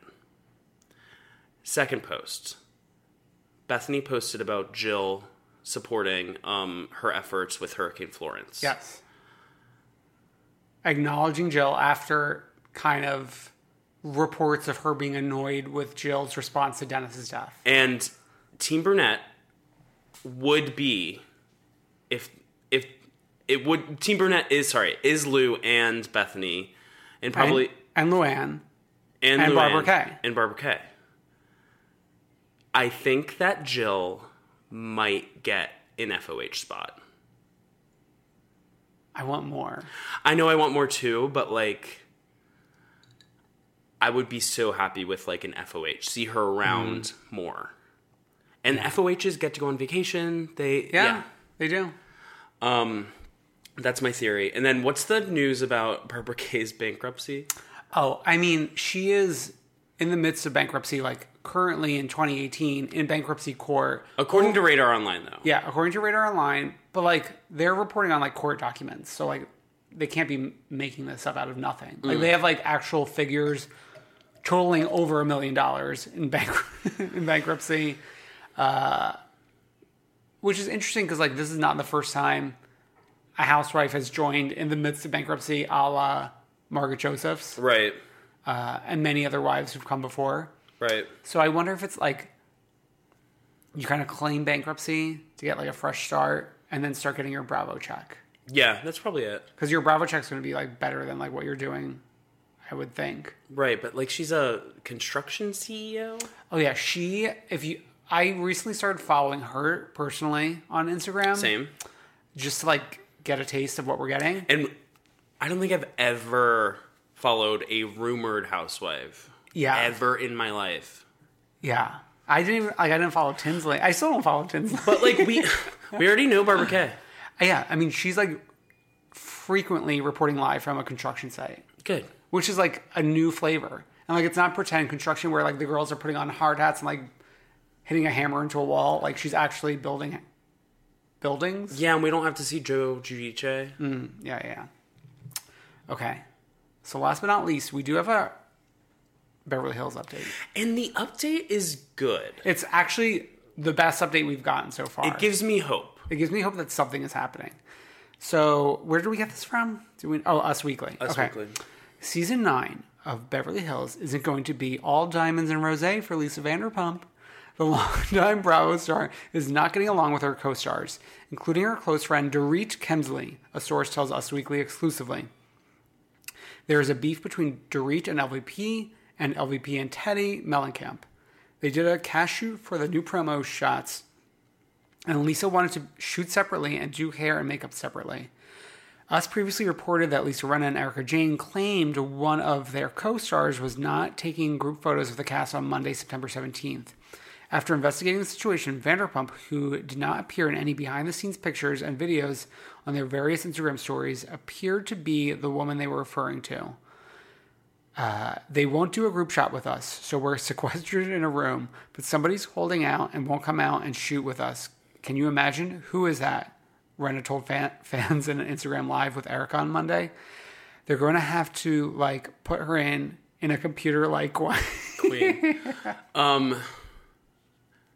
Speaker 1: Second post. Bethany posted about Jill supporting um, her efforts with Hurricane Florence.
Speaker 2: Yes. Acknowledging Jill after kind of reports of her being annoyed with Jill's response to Dennis's death.
Speaker 1: And Team Brunette would be if if it would Team Brunette is sorry, is Lou and Bethany and probably
Speaker 2: And, and Luann.
Speaker 1: and,
Speaker 2: and
Speaker 1: Luann
Speaker 2: Barbara Kay.
Speaker 1: And Barbara Kay. I think that Jill might get an FOH spot.
Speaker 2: I want more.
Speaker 1: I know I want more too, but like I would be so happy with like an FOH. See her around
Speaker 2: Mm.
Speaker 1: more. And FOHs get to go on vacation. They
Speaker 2: Yeah,
Speaker 1: yeah.
Speaker 2: they do.
Speaker 1: Um, that's my theory. And then what's the news about Barbara Kay's bankruptcy?
Speaker 2: Oh, I mean, she is in the midst of bankruptcy, like currently in 2018 in bankruptcy court.
Speaker 1: According to Radar Online, though.
Speaker 2: Yeah, according to Radar Online, but like they're reporting on like court documents, so like they can't be m- making this up out of nothing. Like they have like actual figures totaling over a million dollars in bank in bankruptcy, uh, which is interesting because like this is not the first time a housewife has joined in the midst of bankruptcy, a la Margaret Josephs
Speaker 1: Right.
Speaker 2: uh, and many other wives who've come before.
Speaker 1: Right.
Speaker 2: So I wonder if it's like you kind of claim bankruptcy to get like a fresh start and then start getting your Bravo check.
Speaker 1: Yeah, that's probably it.
Speaker 2: Because your Bravo check's going to be like better than like what you're doing, I would think.
Speaker 1: Right, but like she's a construction E CEO.
Speaker 2: Oh yeah, she if you I recently started following her personally on Instagram
Speaker 1: Same.
Speaker 2: just to like get a taste of what we're getting.
Speaker 1: And I don't think I've ever followed a rumored housewife.
Speaker 2: Yeah.
Speaker 1: Ever in my life.
Speaker 2: Yeah. I didn't even like I didn't follow Tinsley. I still don't follow Tinsley.
Speaker 1: But like we we already know Barbara Kay.
Speaker 2: yeah, I mean she's like frequently reporting live from a construction site.
Speaker 1: Good.
Speaker 2: which is like a new flavor. And like it's not pretend construction where like the girls are putting on hard hats and like hitting a hammer into a wall. Like she's actually building buildings.
Speaker 1: Yeah, and we don't have to see Joe Giudice.
Speaker 2: Mm. Yeah, yeah. yeah. Okay. So last but not least, we do have a Beverly Hills update.
Speaker 1: And the update is good.
Speaker 2: It's actually the best update we've gotten so far.
Speaker 1: It gives me hope.
Speaker 2: It gives me hope that something is happening. So where do we get this from? Do we? Oh, Us Weekly.
Speaker 1: Us
Speaker 2: okay.
Speaker 1: Weekly.
Speaker 2: Season nine of Beverly Hills isn't going to be all diamonds and rosé for Lisa Vanderpump. The longtime Bravo star is not getting along with her co-stars, including her close friend Dorit Kemsley. A source tells Us Weekly exclusively. There is a beef between Dorit and LVP, and LVP and Teddy Mellencamp. They did a cash shoot for the new promo shots and Lisa wanted to shoot separately and do hair and makeup separately. Us previously reported that Lisa Renna and Erica Jane claimed one of their co stars was not taking group photos of the cast on Monday, September 17th. After investigating the situation, Vanderpump, who did not appear in any behind the scenes pictures and videos on their various Instagram stories, appeared to be the woman they were referring to. They won't do a group shot with us, so we're sequestered in a room, but somebody's holding out and won't come out and shoot with us. Can you imagine? Who is that? Renna told fan, fans in an Instagram Live with Erica on Monday. They're going to have to, like, put her in in a computer, like, what?
Speaker 1: queen. um,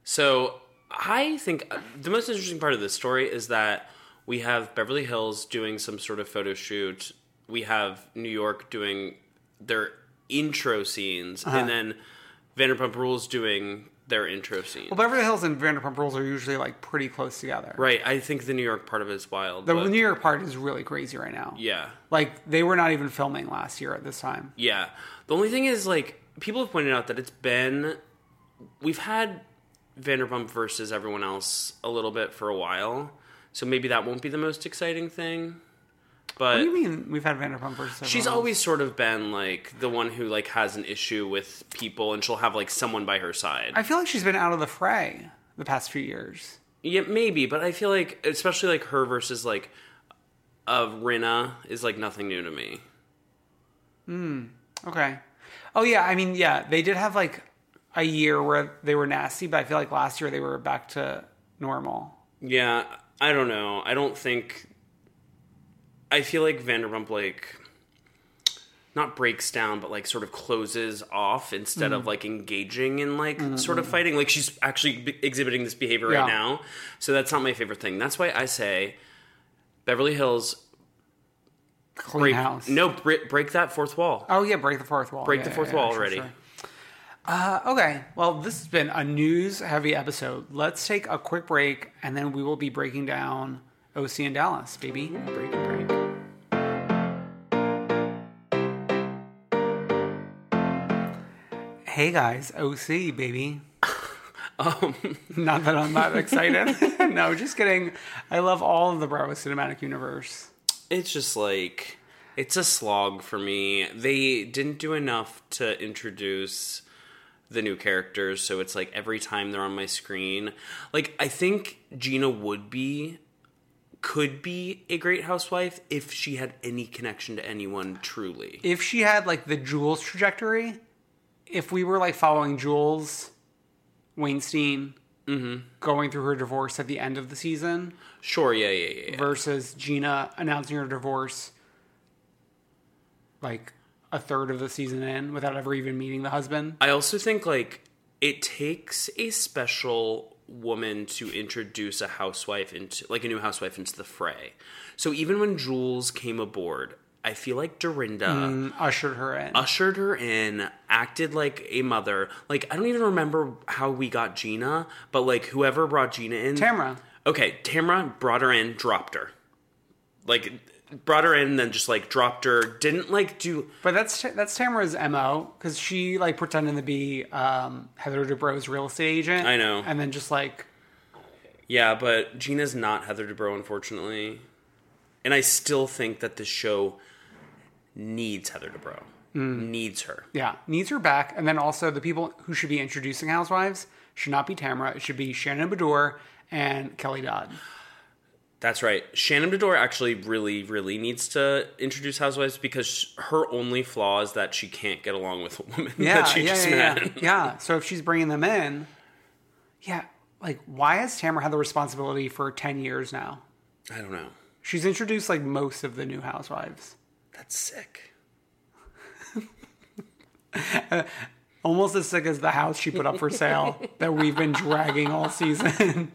Speaker 1: so I think uh, the most interesting part of this story is that we have Beverly Hills doing some sort of photo shoot. We have New York doing their intro scenes,
Speaker 2: Uh-huh.
Speaker 1: and then Vanderpump Rules doing their intro scene.
Speaker 2: well, Beverly Hills and Vanderpump Rules are usually, like, pretty close together.
Speaker 1: right. I think the New York part of it is wild.
Speaker 2: The
Speaker 1: but-
Speaker 2: New York part is really crazy right now.
Speaker 1: yeah.
Speaker 2: Like, they were not even filming last year at this time.
Speaker 1: Yeah. The only thing is, like, people have pointed out that it's been. We've had Vanderpump versus everyone else a little bit for a while. So maybe that won't be the most exciting thing. But
Speaker 2: What do you mean we've had Vanderpump versus? everyone
Speaker 1: She's
Speaker 2: else?
Speaker 1: always sort of been like the one who like has an issue with people, and she'll have like someone by her side.
Speaker 2: I feel like she's been out of the fray the past few years.
Speaker 1: yeah, maybe, but I feel like especially like her versus like of Rinna is like nothing new to me.
Speaker 2: Okay. Oh yeah, I mean yeah, they did have like a year where they were nasty, but I feel like last year they were back to normal.
Speaker 1: Yeah, I don't know. I don't think. I feel like Vanderpump like not breaks down, but like sort of closes off instead
Speaker 2: Mm.
Speaker 1: of like engaging in like sort of fighting. Like she's actually b- exhibiting this behavior
Speaker 2: Mm-hmm. Yeah.
Speaker 1: right now. So that's not my favorite thing. That's why I say Beverly Hills
Speaker 2: Clean
Speaker 1: break
Speaker 2: house.
Speaker 1: no break, break that fourth wall.
Speaker 2: Oh yeah, break the fourth wall.
Speaker 1: break
Speaker 2: Yeah,
Speaker 1: the
Speaker 2: yeah,
Speaker 1: fourth
Speaker 2: yeah,
Speaker 1: wall
Speaker 2: sure,
Speaker 1: already.
Speaker 2: sure. Uh, okay. Well, this has been a news heavy episode. Let's take a quick break, and then we will be breaking down OC and Dallas, baby.
Speaker 1: Break, break.
Speaker 2: Hey guys, OC, baby.
Speaker 1: Um,
Speaker 2: Not that I'm that excited. no, just kidding. I love all of the Bravo Cinematic Universe.
Speaker 1: it's just like it's a slog for me. They didn't do enough to introduce the new characters, so it's like every time they're on my screen, like I think Gina would be could be a great housewife if she had any connection to anyone truly.
Speaker 2: If she had like the Jules trajectory, if we were like following Jules Weinstein
Speaker 1: Mm-hmm.
Speaker 2: going through her divorce at the end of the season,
Speaker 1: Sure, yeah, yeah, yeah. yeah.
Speaker 2: versus Gina announcing her divorce like a third of the season in without ever even meeting the husband.
Speaker 1: I also think like it takes a special woman to introduce a housewife into like a new housewife into the fray. So even when Jules came aboard, I feel like Dorinda
Speaker 2: And ushered her in.
Speaker 1: ushered her in, acted like a mother. Like I don't even remember how we got Gina, but like whoever brought Gina in,
Speaker 2: Tamara.
Speaker 1: Okay, Tamara brought her in, dropped her. Like brought her in then just like dropped her, didn't like do
Speaker 2: But that's that's Tamara's mo because she like pretended to be um, Heather Dubrow's real estate agent.
Speaker 1: I know.
Speaker 2: and then just like
Speaker 1: Yeah, but Gina's not Heather Dubrow, unfortunately. And I still think that this show needs Heather Dubrow.
Speaker 2: Mm.
Speaker 1: Needs her.
Speaker 2: yeah needs her back. And then also the people who should be introducing housewives should not be Tamara. It should be Shannon Bador and Kelly Dodd.
Speaker 1: That's right. Shannon Bedore actually really, really needs to introduce Housewives because her only flaw is that she can't get along with a woman
Speaker 2: Yeah,
Speaker 1: that she
Speaker 2: yeah,
Speaker 1: just
Speaker 2: yeah,
Speaker 1: met.
Speaker 2: yeah. yeah. So if she's bringing them in, yeah, like why has Tamara had the responsibility for ten years now?
Speaker 1: I don't know.
Speaker 2: She's introduced like most of the new housewives.
Speaker 1: That's sick.
Speaker 2: almost as sick as the house she put up for sale that we've been dragging all season.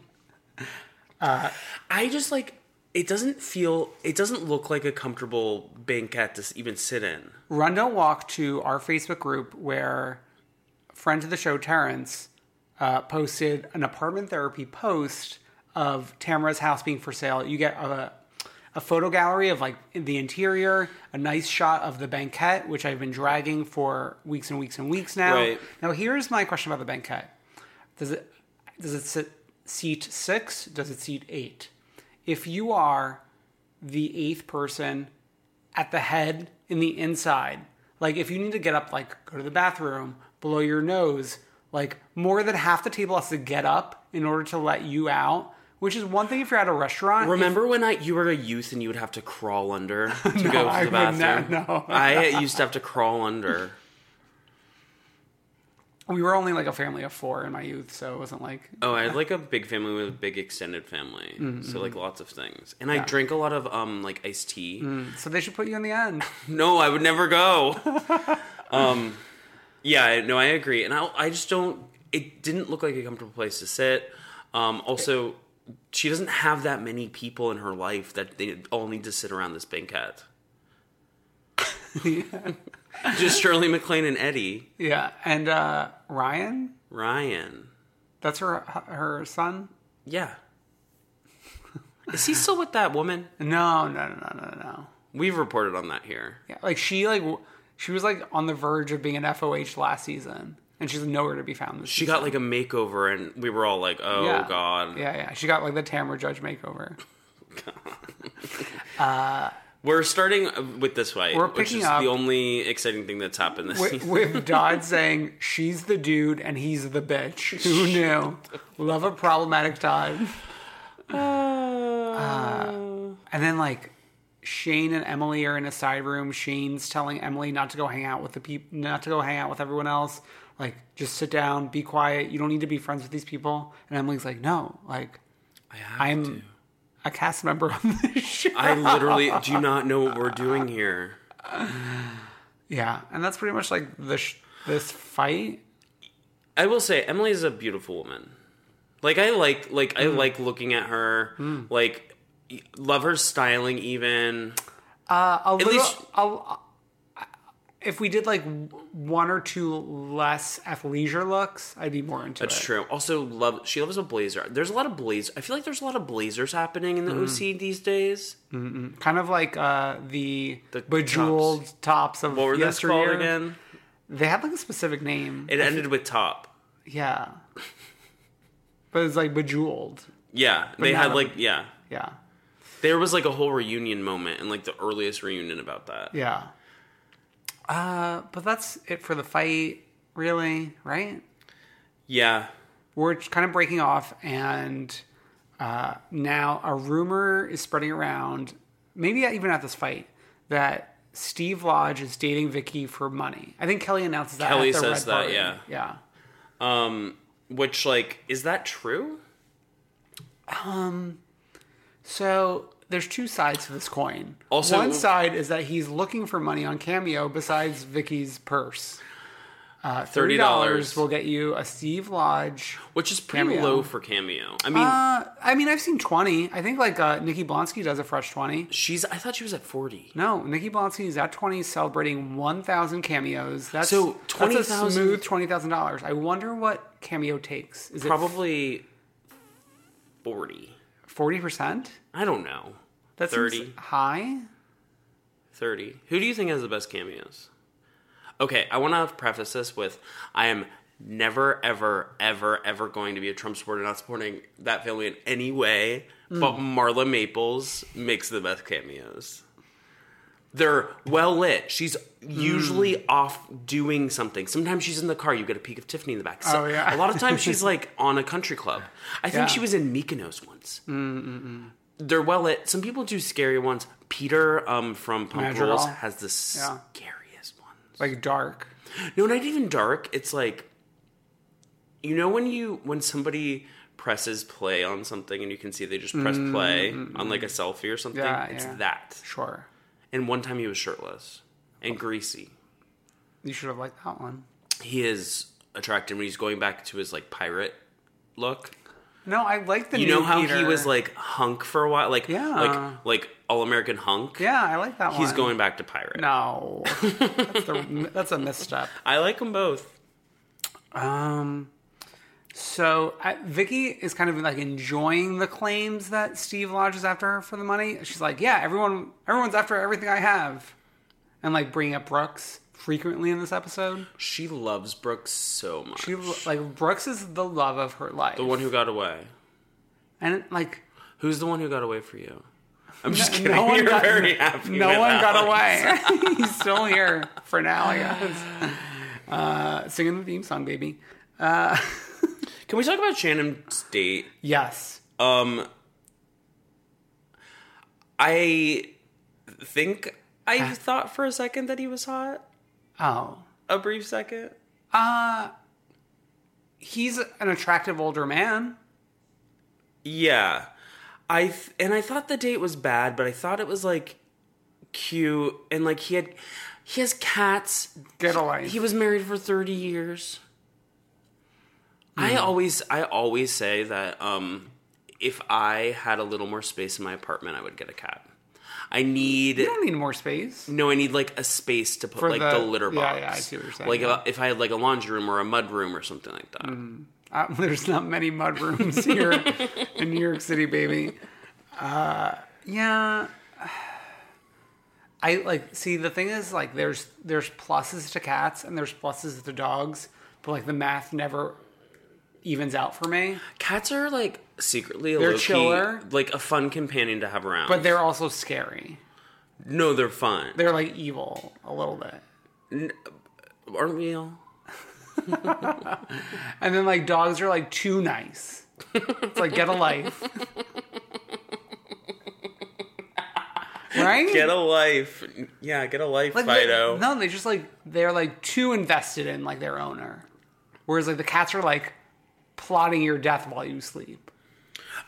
Speaker 1: I just like it doesn't feel it doesn't look like a comfortable banquette to s- even sit in.
Speaker 2: Run don't walk to our Facebook group where friend of the show Terrence uh, posted an apartment therapy post of Tamara's house being for sale. You get a a photo gallery of like the interior, a nice shot of the banquette, which I've been dragging for weeks and weeks and weeks now.
Speaker 1: Right.
Speaker 2: Now here's my question about the banquette: Does it does it sit, seat six? Does it seat eight? If you are the eighth person at the head in the inside. Like if you need to get up, like go to the bathroom, blow your nose, like more than half the table has to get up in order to let you out. Which is one thing if you're at a restaurant.
Speaker 1: Remember when I you were a youth and you would have to crawl under to go to the
Speaker 2: I would not,
Speaker 1: bathroom?
Speaker 2: no.
Speaker 1: I used to have to crawl under.
Speaker 2: If- we were only like a family of four in my youth, so it wasn't like
Speaker 1: Oh, I had like a big family with a big extended family,
Speaker 2: Mm-hmm,
Speaker 1: so like lots of things. And I drank a lot of um like iced tea.
Speaker 2: so they should put you in the end.
Speaker 1: No, I would never go. um, yeah, I- no, I agree, and I I just don't. It didn't look like a comfortable place to sit. Um, also. She doesn't have that many people in her life that they all need to sit around this banquet. Just Shirley MacLaine and Eddie.
Speaker 2: yeah. And uh Ryan?
Speaker 1: Ryan.
Speaker 2: That's her her son?
Speaker 1: Yeah. Is he still with that woman?
Speaker 2: No, no, no, no, no, no.
Speaker 1: We've reported on that here.
Speaker 2: Yeah. Like she like w- she was like on the verge of being an FOH last season. And she's nowhere to be found this
Speaker 1: She got like a makeover, and we were all like, "Oh
Speaker 2: Yeah.
Speaker 1: God!"
Speaker 2: Yeah, yeah. She got like the Tamara Judge makeover.
Speaker 1: We're starting with this fight,
Speaker 2: We're
Speaker 1: which
Speaker 2: picking
Speaker 1: is
Speaker 2: up-
Speaker 1: the only exciting thing that's happened this
Speaker 2: with,
Speaker 1: season.
Speaker 2: with Dodd saying she's the dude and he's the bitch. Who knew? Love a problematic Dodd. Uh, and then like Shane and Emily are in a side room. Shane's telling Emily not to go hang out with the people, not to go hang out with everyone else. Like just sit down, be quiet. You don't need to be friends with these people. And Emily's like, no, like
Speaker 1: I have
Speaker 2: I'm
Speaker 1: to.
Speaker 2: a cast member on this show.
Speaker 1: I literally do not know what we're doing here.
Speaker 2: yeah, and that's pretty much like the sh- this fight.
Speaker 1: I will say Emily is a beautiful woman. Like I like like
Speaker 2: Mm.
Speaker 1: I like looking at her. Like y- love her styling even.
Speaker 2: a little,
Speaker 1: least-
Speaker 2: a- if we did like one or two less athleisure looks, I'd be more into
Speaker 1: That's
Speaker 2: it.
Speaker 1: true. Also love she loves a blazer. There's a lot of blazer. I feel like there's a lot of blazers happening in the
Speaker 2: Mm.
Speaker 1: OC these days.
Speaker 2: Kind of like uh, the,
Speaker 1: The
Speaker 2: bejeweled tops, of
Speaker 1: What were those called
Speaker 2: yesteryear.
Speaker 1: again?
Speaker 2: They had like a specific name.
Speaker 1: It ended with top.
Speaker 2: yeah, but it's like bejeweled.
Speaker 1: Yeah, they
Speaker 2: not
Speaker 1: had
Speaker 2: a-
Speaker 1: like yeah.
Speaker 2: Yeah,
Speaker 1: There was like a whole reunion moment and like the earliest reunion about that.
Speaker 2: yeah. Uh, but that's it for the fight, really, right?
Speaker 1: Yeah.
Speaker 2: we're kind of breaking off and uh, now a rumor is spreading around maybe even at this fight that steve lodge is dating vicky for money i think kelly announces that
Speaker 1: Kelly
Speaker 2: at the
Speaker 1: says
Speaker 2: Red
Speaker 1: that,
Speaker 2: Party.
Speaker 1: yeah.
Speaker 2: yeah
Speaker 1: Um which like is that true?
Speaker 2: so there's two sides to this coin
Speaker 1: Also-
Speaker 2: one side is that he's looking for money on cameo besides vicky's purse uh, $30,
Speaker 1: $30.
Speaker 2: will get you a steve lodge
Speaker 1: Which is pretty
Speaker 2: Cameo.
Speaker 1: low for cameo. I mean,
Speaker 2: uh, i mean i've seen 20 i think like uh, nikki blonsky does a fresh 20
Speaker 1: she's I thought she was at 40.
Speaker 2: No, Nikki Blonsky is at 20 celebrating 1,000 cameos. That's,
Speaker 1: So,
Speaker 2: that's a
Speaker 1: 20,000
Speaker 2: smooth $20,000. I wonder what cameo takes. Is
Speaker 1: Probably 40.
Speaker 2: it 40%?
Speaker 1: I don't know.
Speaker 2: That
Speaker 1: 30.
Speaker 2: seems high.
Speaker 1: 30. Who do you think has the best cameos? Okay, I want to preface this with I am never, ever, ever, ever going to be a Trump supporter, not supporting that family in any way,
Speaker 2: Hmm.
Speaker 1: but Marla Maples makes the best cameos. They're well lit. She's usually
Speaker 2: Hmm.
Speaker 1: off doing something. Sometimes she's in the car. You get a peek of Tiffany in the back. So
Speaker 2: Oh, yeah.
Speaker 1: A lot of times she's like on a country club. I think
Speaker 2: Yeah.
Speaker 1: she was in Mykonos once they're well lit. Some people do scary ones. Peter um, from Pump
Speaker 2: Madrigal.
Speaker 1: Rules has the
Speaker 2: Yeah.
Speaker 1: scariest ones.
Speaker 2: Like dark.
Speaker 1: No, not even dark. It's like you know when you when somebody presses play on something and you can see they just press play on like a selfie or something.
Speaker 2: Mm-hmm. Yeah,
Speaker 1: it's
Speaker 2: yeah.
Speaker 1: that.
Speaker 2: Sure.
Speaker 1: And one time he was shirtless and greasy.
Speaker 2: You should have liked that one.
Speaker 1: He is attractive when he's going back to his like pirate look.
Speaker 2: No, I like the
Speaker 1: You
Speaker 2: new
Speaker 1: know how he
Speaker 2: Peter.
Speaker 1: was like hunk for a while, like
Speaker 2: Yeah.
Speaker 1: like like all American hunk.
Speaker 2: Yeah, I like that one.
Speaker 1: He's going back to pirate.
Speaker 2: No. that's, the, that's a misstep.
Speaker 1: I like them both.
Speaker 2: Um, so I, Vicky is kind of like enjoying the claims that Steve lodges after her for the money. She's like, "Yeah, everyone, everyone's after everything I have," and like bringing up Brooks frequently in this episode.
Speaker 1: She loves Brooks so much.
Speaker 2: She like Brooks is the love of her life,
Speaker 1: the one who got away.
Speaker 2: and like
Speaker 1: Who's the one who got away for you? I'm just kidding.
Speaker 2: no one
Speaker 1: You're
Speaker 2: got,
Speaker 1: very happy.
Speaker 2: no
Speaker 1: with
Speaker 2: one
Speaker 1: that
Speaker 2: got away. He's still here for now, I guess. Uh, singing the theme song, baby. Uh,
Speaker 1: Can we talk about Shannon's date?
Speaker 2: yes,
Speaker 1: Um, I think
Speaker 2: Ah.
Speaker 1: I thought for a second that he was hot.
Speaker 2: oh.
Speaker 1: A brief second.
Speaker 2: Uh he's an attractive older man.
Speaker 1: Yeah, I th- and I thought the date was bad, but I thought it was like cute and like he had he has cats.
Speaker 2: Get a life.
Speaker 1: He was married for 30 years. I
Speaker 2: Mm-hmm.
Speaker 1: always I always say that um if I had a little more space in my apartment, I would get a cat. I need
Speaker 2: you don't need more space.
Speaker 1: no, I need like a space to put
Speaker 2: For
Speaker 1: like the,
Speaker 2: the-
Speaker 1: litter
Speaker 2: yeah,
Speaker 1: box.
Speaker 2: yeah, I see what you're saying,
Speaker 1: Like
Speaker 2: yeah.
Speaker 1: if I had like a laundry room or a mud room or something like that.
Speaker 2: Uh, there's not many mud rooms here in New York City, baby. Uh, yeah. I like see the thing is like there's there's pluses to cats and there's pluses to dogs, but like the math never evens out for me.
Speaker 1: Cats are like secretly a
Speaker 2: They're
Speaker 1: low-key-
Speaker 2: chiller.
Speaker 1: like a fun companion to have around.
Speaker 2: But they're also scary.
Speaker 1: No, they're fine.
Speaker 2: They're like evil a little bit.
Speaker 1: Aren't we all?
Speaker 2: And then like dogs are like too nice. It's like get a life. right?
Speaker 1: Get a life. Yeah, get a life,
Speaker 2: like, they-
Speaker 1: Fido.
Speaker 2: no, they just like they're like too invested in like their owner. Whereas like the cats are like plotting your death while you sleep.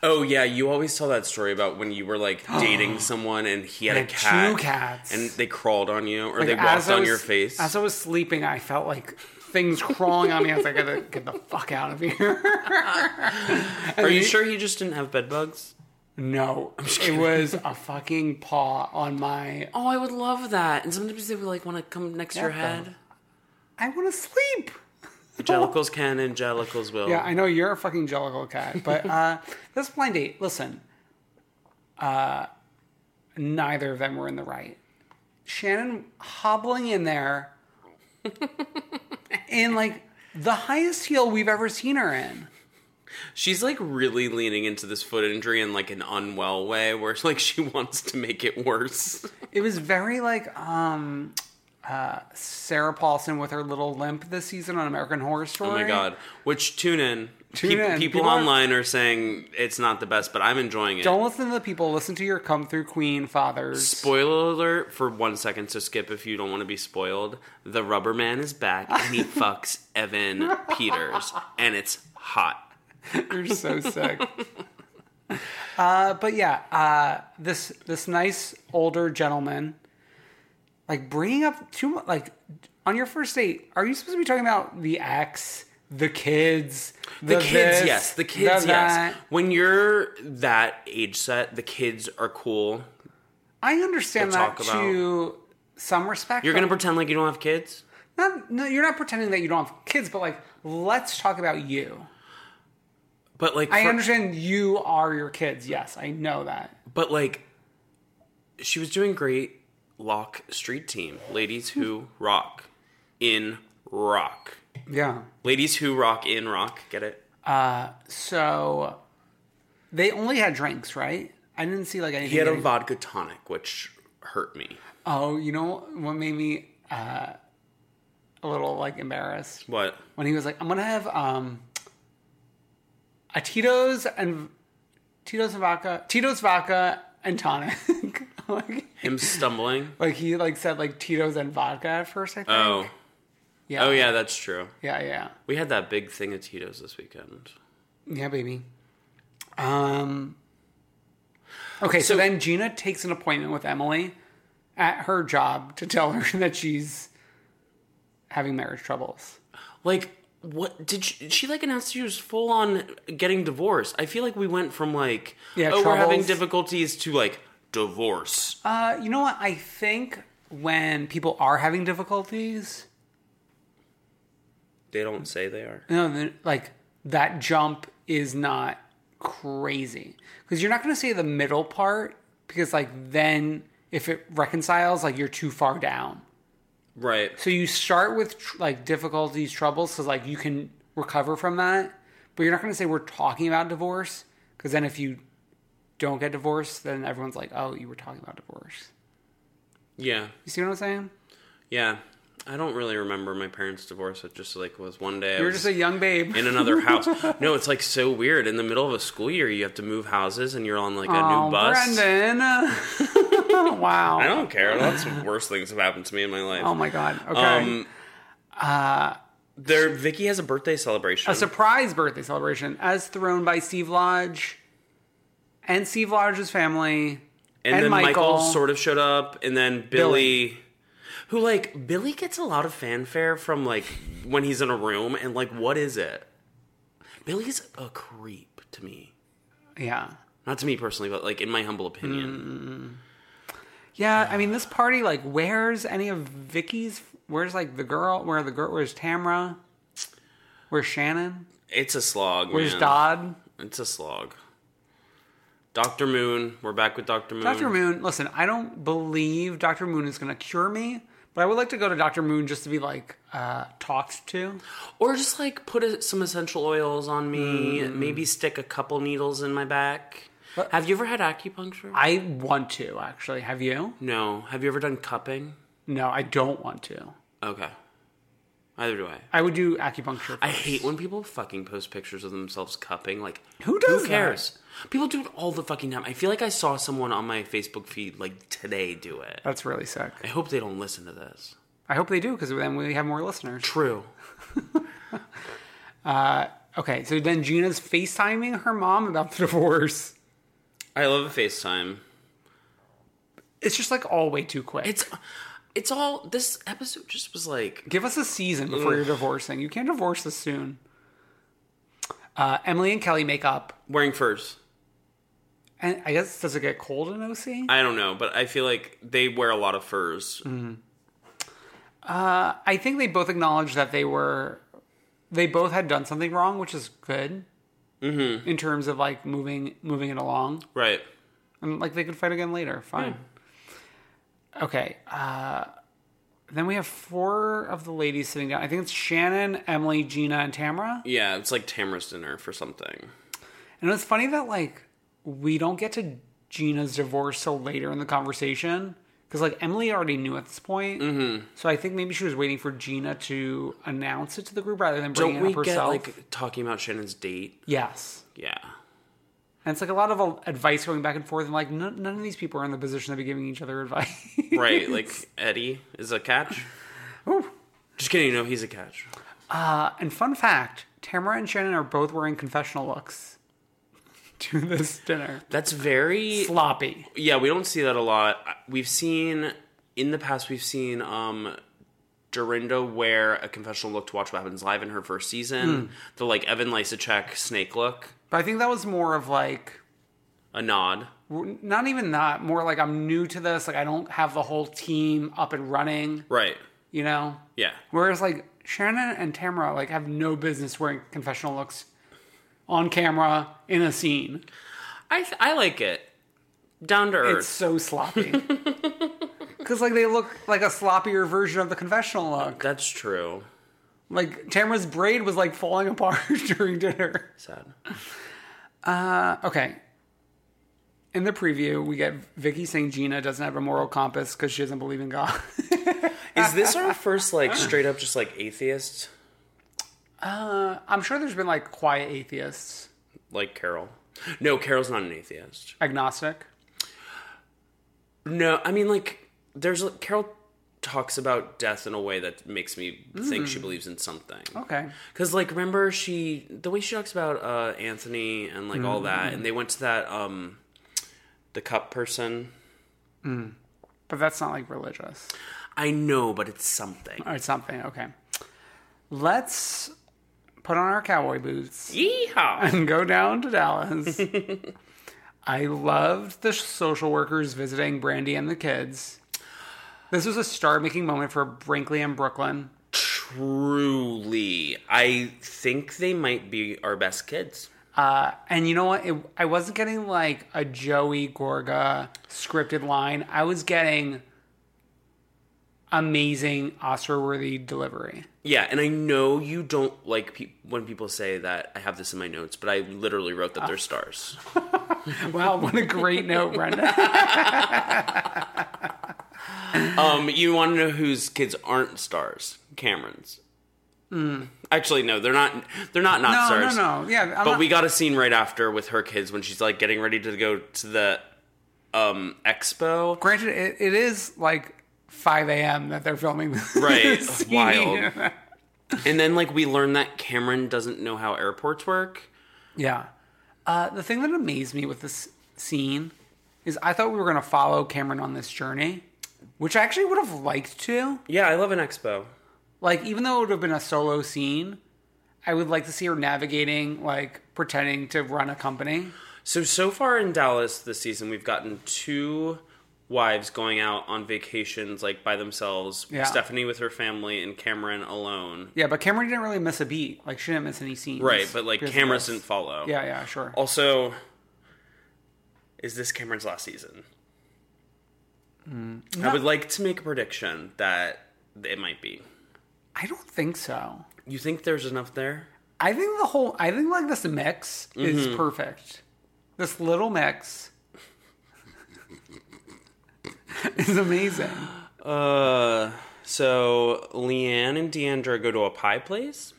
Speaker 1: Oh yeah, you always tell that story about when you were like dating someone and he had
Speaker 2: I
Speaker 1: a
Speaker 2: had two
Speaker 1: cat.
Speaker 2: cats.
Speaker 1: And they crawled on you or
Speaker 2: Like,
Speaker 1: they
Speaker 2: as
Speaker 1: walked
Speaker 2: I
Speaker 1: on
Speaker 2: was-
Speaker 1: your face.
Speaker 2: As I was sleeping, I felt like things crawling on me. I was like, I gotta get the fuck out of here.
Speaker 1: Are you sure he just didn't have bed bugs?
Speaker 2: No, it was a fucking paw on my.
Speaker 1: Oh, I would love that. And sometimes they would like want to come next to your head.
Speaker 2: I want to sleep.
Speaker 1: Jellicles can and Jellicles will.
Speaker 2: Yeah, I know you're a fucking jellicle cat, but uh, this blind date. Listen, uh, neither of them were in the right. Shannon hobbling in there in like the highest heel we've ever seen her in.
Speaker 1: She's like really leaning into this foot injury in like an unwell way where like she wants to make it worse.
Speaker 2: It was very like um, uh, Sarah Paulson with her little limp this season on American Horror Story.
Speaker 1: Oh my god. Which tune in.
Speaker 2: Tune
Speaker 1: Peop-
Speaker 2: in.
Speaker 1: People,
Speaker 2: People are-
Speaker 1: online are saying it's not the best, but I'm enjoying it.
Speaker 2: Don't listen to the people. Listen to your come through queen fathers.
Speaker 1: Spoiler alert for one second, so skip if you don't want to be spoiled. The rubber man is back and he fucks Evan Peters, and it's hot.
Speaker 2: You're so sick. uh, but yeah, uh, this this nice older gentleman, like bringing up too much. Like on your first date, are you supposed to be talking about the ex, the kids,
Speaker 1: The, kids,
Speaker 2: this,
Speaker 1: yes. The
Speaker 2: the
Speaker 1: kids, yes.
Speaker 2: that?
Speaker 1: When you're that age set, the kids are cool.
Speaker 2: I understand
Speaker 1: We'll
Speaker 2: that
Speaker 1: talk about-
Speaker 2: to some respect.
Speaker 1: You're gonna
Speaker 2: but
Speaker 1: pretend like you don't have kids.
Speaker 2: not, no, you're not pretending that you don't have kids, but like, let's talk about you.
Speaker 1: But like,
Speaker 2: I
Speaker 1: for-
Speaker 2: understand you are your kids. Yes, I know that.
Speaker 1: But like, she was doing great. Lock Street Team, ladies who rock in rock,
Speaker 2: Yeah.
Speaker 1: ladies who rock in rock. Get it?
Speaker 2: So they only had drinks, right? I didn't see like anything.
Speaker 1: He had a
Speaker 2: getting-
Speaker 1: vodka tonic, which hurt me.
Speaker 2: oh, you know what made me uh, a little like embarrassed
Speaker 1: What?
Speaker 2: when he was like, "I'm gonna have um, a Tito's and Tito's and vodka, Tito's vodka and tonic." like,
Speaker 1: Him stumbling.
Speaker 2: like he like said like Tito's and vodka at first. I think.
Speaker 1: Oh.
Speaker 2: yeah.
Speaker 1: Oh yeah, that's true.
Speaker 2: Yeah, yeah,
Speaker 1: We had that big thing at Tito's this weekend.
Speaker 2: yeah, baby. Um. Okay, so, then Gina takes an appointment with Emily at her job to tell her that she's having marriage troubles.
Speaker 1: Like, what did she, she like announce she was full on getting divorced? I feel like we went from like,
Speaker 2: Yeah,
Speaker 1: oh, we're having
Speaker 2: troubles.
Speaker 1: difficulties to like divorce.
Speaker 2: Uh, you know what? I think when people are having difficulties,
Speaker 1: they don't say they are.
Speaker 2: no, the- like that jump is not crazy because you're not going to say the middle part because like then if it reconciles, like you're too far down.
Speaker 1: Right.
Speaker 2: So you start with tr- like difficulties, troubles, so like you can recover from that. But you're not going to say we're talking about divorce because then if you don't get divorced, then everyone's like, oh, you were talking about divorce.
Speaker 1: Yeah.
Speaker 2: You see what I'm saying?
Speaker 1: Yeah. I don't really remember my parents' divorce. It just like was one day. I
Speaker 2: You're
Speaker 1: was
Speaker 2: just a young babe.
Speaker 1: in another house. No, it's like so weird. In the middle of a school year, you have to move houses, and you're on like a
Speaker 2: Oh,
Speaker 1: new bus.
Speaker 2: Brendan. wow.
Speaker 1: I don't care. That's the worst things have happened to me in my life.
Speaker 2: Oh my god. Okay. Uh,
Speaker 1: Um, there, Vicky has a birthday celebration.
Speaker 2: a surprise birthday celebration as thrown by Steve Lodge and Steve Lodge's family.
Speaker 1: and,
Speaker 2: and
Speaker 1: then Michael.
Speaker 2: Michael.
Speaker 1: sort of showed up, and then Billy, who like Billy gets a lot of fanfare from like when he's in a room, and like what is it? Billy's a creep to me,
Speaker 2: Yeah.
Speaker 1: not to me personally, but like in my humble
Speaker 2: Mm.
Speaker 1: opinion.
Speaker 2: Yeah, I mean this party like where's any of Vicky's where's like the girl where are the girl where's Tamra? Where's Shannon?
Speaker 1: It's a slog.
Speaker 2: Where's
Speaker 1: man.
Speaker 2: Dodd?
Speaker 1: It's a slog. Doctor Moon, we're back with Doctor Moon.
Speaker 2: Dr. Moon, listen, I don't believe Dr. Moon is gonna cure me, but I would like to go to Dr. Moon just to be like uh talked to.
Speaker 1: or just Mm. like put a, some essential oils on me. Maybe stick a couple needles in my back. Have you ever had acupuncture?
Speaker 2: I want to actually. Have you?
Speaker 1: no. Have you ever done cupping?
Speaker 2: No, I don't want to.
Speaker 1: Okay. Neither do I.
Speaker 2: I would do acupuncture.
Speaker 1: I hate when people fucking post pictures of themselves cupping. Like,
Speaker 2: Who
Speaker 1: Who
Speaker 2: does that?
Speaker 1: cares? People do it all the fucking time. I feel like I saw someone on my Facebook feed like today do it.
Speaker 2: That's really sick.
Speaker 1: I hope they don't listen to this.
Speaker 2: I hope they do because then we have more listeners.
Speaker 1: True.
Speaker 2: Okay, so then Gina's FaceTiming her mom about the divorce.
Speaker 1: I love a FaceTime.
Speaker 2: It's just like all way too quick.
Speaker 1: It's, it's all. This episode just was like.
Speaker 2: Give us a season before you're divorcing. You can't divorce this soon. Uh, Emily and Kelly make up,
Speaker 1: Wearing furs.
Speaker 2: and I guess does it get cold in OC?
Speaker 1: I don't know, but I feel like they wear a lot of furs.
Speaker 2: I think they both acknowledged that they were, they both had done something wrong, which is good mm-hmm. in terms of like moving moving it along.
Speaker 1: Right.
Speaker 2: And like they could fight again later. Fine. Okay. Uh, then we have four of the ladies sitting down. I think it's Shannon, Emily, Gina, and Tamara.
Speaker 1: Yeah, it's like Tamara's dinner for something.
Speaker 2: And it's funny that like we don't get to Gina's divorce till later in the conversation because like Emily already knew at this point. Mm-hmm. So I think maybe she was waiting for Gina to announce it to the group rather than bringing
Speaker 1: Don't
Speaker 2: it
Speaker 1: we
Speaker 2: up herself.
Speaker 1: get like talking about Shannon's date?
Speaker 2: yes.
Speaker 1: Yeah.
Speaker 2: And it's like a lot of uh, advice going back and forth, and like none none of these people are in the position to be giving each other advice.
Speaker 1: Right, like Eddie is a catch. Just kidding, no, he's a catch.
Speaker 2: And fun fact Tamara and Shannon are both wearing confessional looks to this dinner.
Speaker 1: That's very
Speaker 2: Sloppy.
Speaker 1: Yeah, we don't see that a lot. We've seen in the past we've seen um Dorinda wear a confessional look to watch what happens live in her first season. The like Evan Lysacek snake look,
Speaker 2: But I think that was more of like,
Speaker 1: a nod.
Speaker 2: w- not even that, more like I'm new to this. Like I don't have the whole team up and running,
Speaker 1: Right.
Speaker 2: you know?
Speaker 1: Yeah.
Speaker 2: Whereas like Shannon and Tamara like have no business wearing confessional looks on camera in a scene.
Speaker 1: I th- I like it. Down to earth.
Speaker 2: It's so sloppy. Because like they look like a sloppier version of the confessional look.
Speaker 1: That's true.
Speaker 2: Like Tamara's braid was like falling apart during dinner.
Speaker 1: Sad.
Speaker 2: Okay. In the preview, we get Vicky saying Gina doesn't have a moral compass because she doesn't believe in God.
Speaker 1: Is this our first like straight up just like atheist
Speaker 2: I'm sure there's been like quiet atheists,
Speaker 1: like Carol? No, Carol's not an atheist.
Speaker 2: agnostic.
Speaker 1: No, I mean like there's a- Carol talks about death in a way that makes me think she believes in something.
Speaker 2: Okay.
Speaker 1: Cuz like remember she the way she talks about uh Anthony and like all that and they went to that um the cup person.
Speaker 2: But that's not like religious
Speaker 1: I know, but it's something.
Speaker 2: or something. Okay. Let's put on our cowboy boots
Speaker 1: Yeehaw.
Speaker 2: and go down to Dallas. I loved the social workers visiting Brandy and the kids. This was a star making moment for Brinkley and Brooklyn.
Speaker 1: Truly. I think they might be our best kids.
Speaker 2: Uh, And you know what? It, I wasn't getting like a Joey Gorga scripted line. I was getting amazing Oscar worthy delivery.
Speaker 1: Yeah, and I know you don't like pe- when people say that. I have this in my notes, but I literally wrote that
Speaker 2: Ah.
Speaker 1: they're stars.
Speaker 2: Wow, what a great note, Brenda.
Speaker 1: Um, you want to know whose kids aren't stars? Cameron's. Actually, no, they're not. They're not not
Speaker 2: Hmm. No,
Speaker 1: stars.
Speaker 2: no, no. Yeah, um, I'm
Speaker 1: But
Speaker 2: not-
Speaker 1: we got a scene right after with her kids when she's like getting ready to go to the um expo.
Speaker 2: Granted, it, it is like 5 a.m. that they're filming this.
Speaker 1: Right,
Speaker 2: scene.
Speaker 1: wild. And then like we learn that Cameron doesn't know how airports work.
Speaker 2: Yeah. Uh, the thing that amazed me with this scene is I thought we were going to follow Cameron on this journey, which I actually would have liked to.
Speaker 1: Yeah, I love an expo.
Speaker 2: like even though it would have been a solo scene i would like to see her navigating like pretending to run a company
Speaker 1: So so far in Dallas this season, we've gotten two wives going out on vacations like by themselves.
Speaker 2: Yeah.
Speaker 1: Stephanie with her family and Cameron alone.
Speaker 2: yeah but cameron didn't really miss a beat like she didn't miss any scenes
Speaker 1: Right, but like
Speaker 2: because of
Speaker 1: Cameron
Speaker 2: this.
Speaker 1: didn't follow.
Speaker 2: yeah yeah sure
Speaker 1: Also, is this Cameron's last season?
Speaker 2: Mm.
Speaker 1: I would like to make a prediction that it might be.
Speaker 2: i don't think so
Speaker 1: You think there's enough there? Mm-hmm.
Speaker 2: i think the whole i think like this mix is perfect This little mix is amazing.
Speaker 1: Uh, so Leanne and Deandra go to a pie place.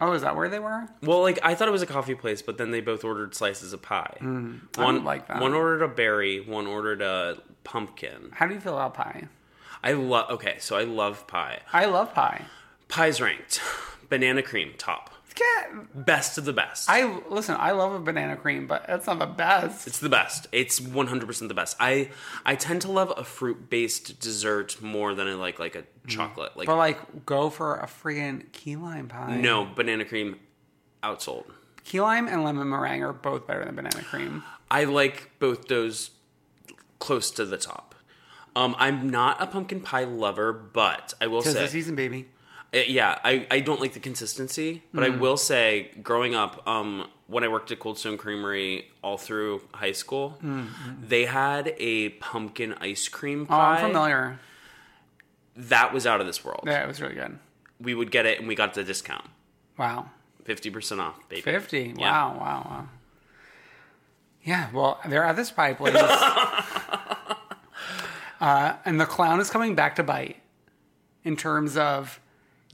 Speaker 2: Oh, is that where they were?
Speaker 1: Well, like I thought it was a coffee place, but then they both ordered slices of pie.
Speaker 2: Hmm, I
Speaker 1: one
Speaker 2: would like that.
Speaker 1: One ordered a berry. One ordered a pumpkin.
Speaker 2: How do you feel about pie?
Speaker 1: I love. Okay, so I love pie.
Speaker 2: I love pie.
Speaker 1: Pie's ranked. Banana cream top.
Speaker 2: Yeah,
Speaker 1: Best of the best.
Speaker 2: I listen. I love a banana cream, but that's not the best.
Speaker 1: It's the best. It's 100% the best. I I tend to love a fruit-based dessert more than I like like a
Speaker 2: Hmm.
Speaker 1: chocolate. Like
Speaker 2: But like, go for a freaking key lime pie.
Speaker 1: no, banana cream outsold.
Speaker 2: key lime and lemon meringue are both better than banana cream.
Speaker 1: I like both those close to the top. Um, I'm not a pumpkin pie lover, but I will
Speaker 2: Tis
Speaker 1: say
Speaker 2: the season, baby.
Speaker 1: Uh, yeah, I, I don't like the consistency, but
Speaker 2: Hmm.
Speaker 1: I will say, growing up, um, when I worked at Cold Stone Creamery all through high school, they had a pumpkin ice cream
Speaker 2: Hmm, Oh,
Speaker 1: pie.
Speaker 2: I'm familiar.
Speaker 1: That was out of this world.
Speaker 2: Yeah, it was really good.
Speaker 1: We would get it, and we got the discount,
Speaker 2: Wow,
Speaker 1: fifty percent off, baby.
Speaker 2: fifty.
Speaker 1: Yeah.
Speaker 2: Wow, wow, wow. Yeah, well, they're at this pie place, uh, and the clown is coming back to bite. In terms of,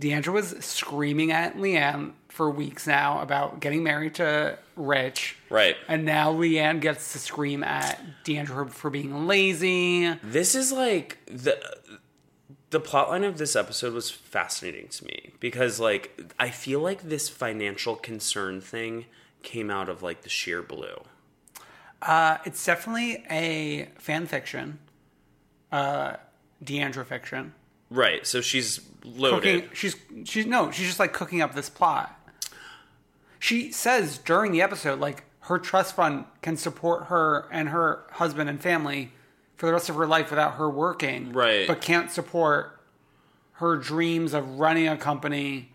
Speaker 2: Deandra was screaming at Leanne for weeks now about getting married to Rich.
Speaker 1: Right.
Speaker 2: And now Leanne gets to scream at Deandra for being lazy. Uh,
Speaker 1: This is like the the plotline of this episode was fascinating to me because like I feel like this financial concern thing came out of like the sheer blue.
Speaker 2: Uh, it's definitely a fan fiction, uh, Deandra fiction.
Speaker 1: Right. So she's loaded.
Speaker 2: Cooking, she's she's no, she's just like cooking up this plot. She says during the episode, like her trust fund can support her and her husband and family for the rest of her life without her working,
Speaker 1: Right.
Speaker 2: But can't support her dreams of running a company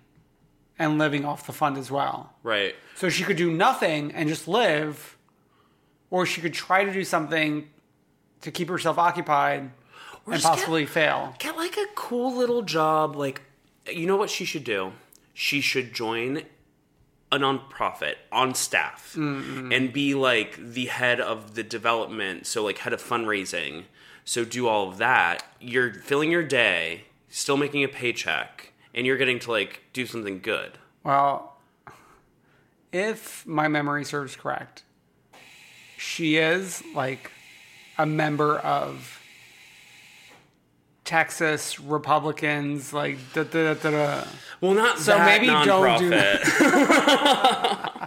Speaker 2: and living off the fund as well.
Speaker 1: Right.
Speaker 2: So she could do nothing and just live, or she could try to do something to keep herself occupied and
Speaker 1: just get-
Speaker 2: possibly fail.
Speaker 1: Get like a cool little job. Like, you know what she should do? She should join a nonprofit on staff
Speaker 2: Mm-hmm.
Speaker 1: and be like the head of the development. So, like, head of fundraising. So, do all of that. You're filling your day, still making a paycheck, and you're getting to like do something good.
Speaker 2: Well, if my memory serves correct, she is like a member of Texas Republicans, like da da da da.
Speaker 1: Well, not
Speaker 2: So
Speaker 1: that
Speaker 2: maybe don't do
Speaker 1: nonprofit.
Speaker 2: da.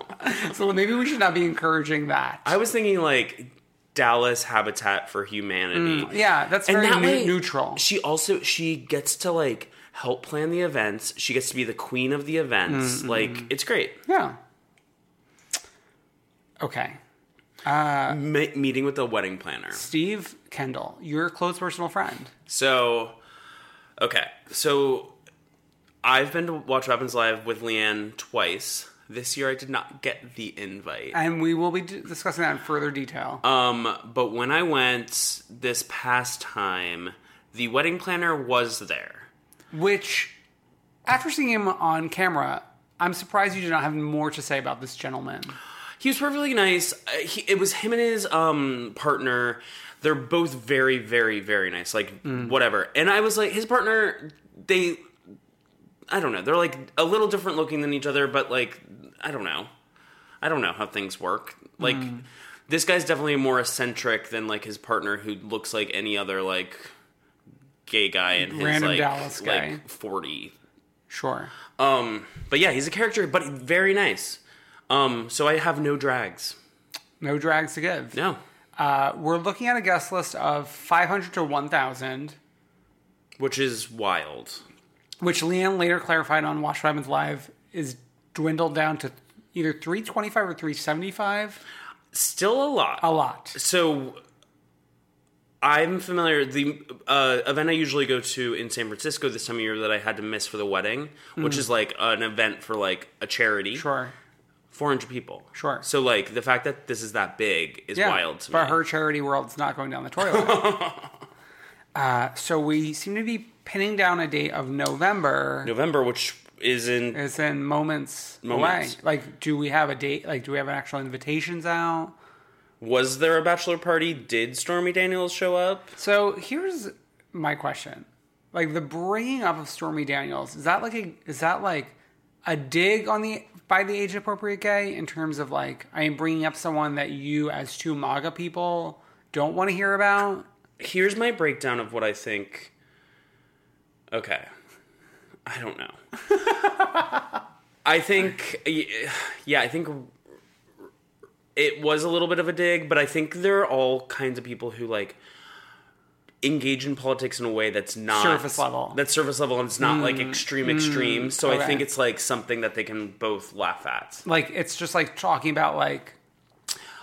Speaker 2: So maybe we should not be encouraging that.
Speaker 1: I was thinking like Dallas Habitat for
Speaker 2: Mm,
Speaker 1: Humanity.
Speaker 2: yeah, that's very neu- neutral.
Speaker 1: She also she gets to like help plan the events. She gets to be the queen of the events.
Speaker 2: Mm-hmm.
Speaker 1: Like it's great.
Speaker 2: yeah. Okay.
Speaker 1: Me- meeting with the wedding planner.
Speaker 2: Steve Kendall, your close personal friend.
Speaker 1: So, okay. So, I've been to Watch Weapons Live with Leanne twice this year. I did not get the invite.
Speaker 2: And we will be d- discussing that in further detail.
Speaker 1: Um, but when I went this past time, the wedding planner was there.
Speaker 2: which, after seeing him on camera, I'm surprised you do not have more to say about this gentleman.
Speaker 1: He was perfectly nice. Uh, he, it was him and his um partner. They're both very, very, very nice. Like
Speaker 2: Mm.
Speaker 1: whatever. And I was like, his partner. They, I don't know. They're like a little different looking than each other, but like I don't know. I don't know how things work. Like
Speaker 2: Mm.
Speaker 1: this guy's definitely more eccentric than like his partner, who looks like any other like gay guy in his
Speaker 2: Random
Speaker 1: like
Speaker 2: Dallas guy.
Speaker 1: like forty
Speaker 2: Sure.
Speaker 1: um, but yeah, he's a character, but very nice. Um, so I have no drags.
Speaker 2: No drags to give.
Speaker 1: No.
Speaker 2: Uh, we're looking at a guest list of 500 to 1,000,
Speaker 1: Which is wild.
Speaker 2: which Leanne later clarified on Watch Robin's Live is dwindled down to either 325 or 375.
Speaker 1: Still a lot.
Speaker 2: A lot.
Speaker 1: So I'm familiar. The uh, event I usually go to in San Francisco this time of year that I had to miss for the wedding, which is like an event for like a charity.
Speaker 2: Mm. Sure.
Speaker 1: 400 people.
Speaker 2: Sure.
Speaker 1: So like the fact that this is that big is wild to
Speaker 2: but
Speaker 1: me.
Speaker 2: her charity world's not going down the toilet. uh, so we seem to be pinning down a date of November.
Speaker 1: November, which is in
Speaker 2: It's in moments,
Speaker 1: Moments.
Speaker 2: away. Like, do we have a date? Like, do we have an actual invitations out?
Speaker 1: was there a bachelor party? Did Stormy Daniels show up?
Speaker 2: So here's my question: Like the bringing up of Stormy Daniels is that like a is that like a dig on the by the age appropriate gay in terms of like I am bringing up someone that you as two MAGA people don't want to hear about?
Speaker 1: Here's my breakdown of what I think. Okay. I don't know. I think yeah, I think it was a little bit of a dig, but I think there are all kinds of people who like engage in politics in a way that's not
Speaker 2: Surface level. Mm.
Speaker 1: That's surface level and it's not like extreme extreme. So I
Speaker 2: okay.
Speaker 1: think it's like something that they can both laugh at.
Speaker 2: Like it's just like talking about like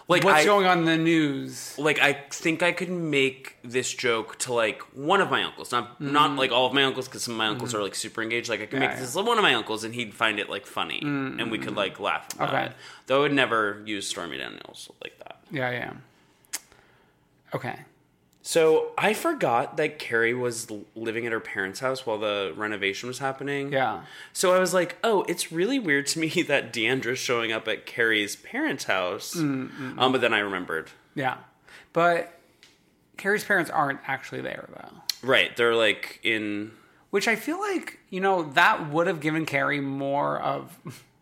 Speaker 1: Like
Speaker 2: what's
Speaker 1: I-
Speaker 2: going on in the news.
Speaker 1: like I think I could make this joke to like one of my uncles, not not
Speaker 2: Mm-hmm.
Speaker 1: like all of my uncles, because some of my uncles are like super engaged. Like I could make this to one of my uncles, and he'd find it like funny, and we could like laugh about
Speaker 2: Mm-hmm. Okay.
Speaker 1: it. Though I would never use Stormy Daniels like that.
Speaker 2: Yeah, yeah. Okay.
Speaker 1: So I forgot that Carrie was l- living at her parents' house while the renovation was happening.
Speaker 2: Yeah.
Speaker 1: So I was like, oh, it's really weird to me that Deandra's showing up at Carrie's parents' house.
Speaker 2: Mm-hmm.
Speaker 1: Um, but then I remembered.
Speaker 2: Yeah. But Carrie's parents aren't actually there though.
Speaker 1: Right, they're like in
Speaker 2: Which I feel like, you know, that would have given Carrie more of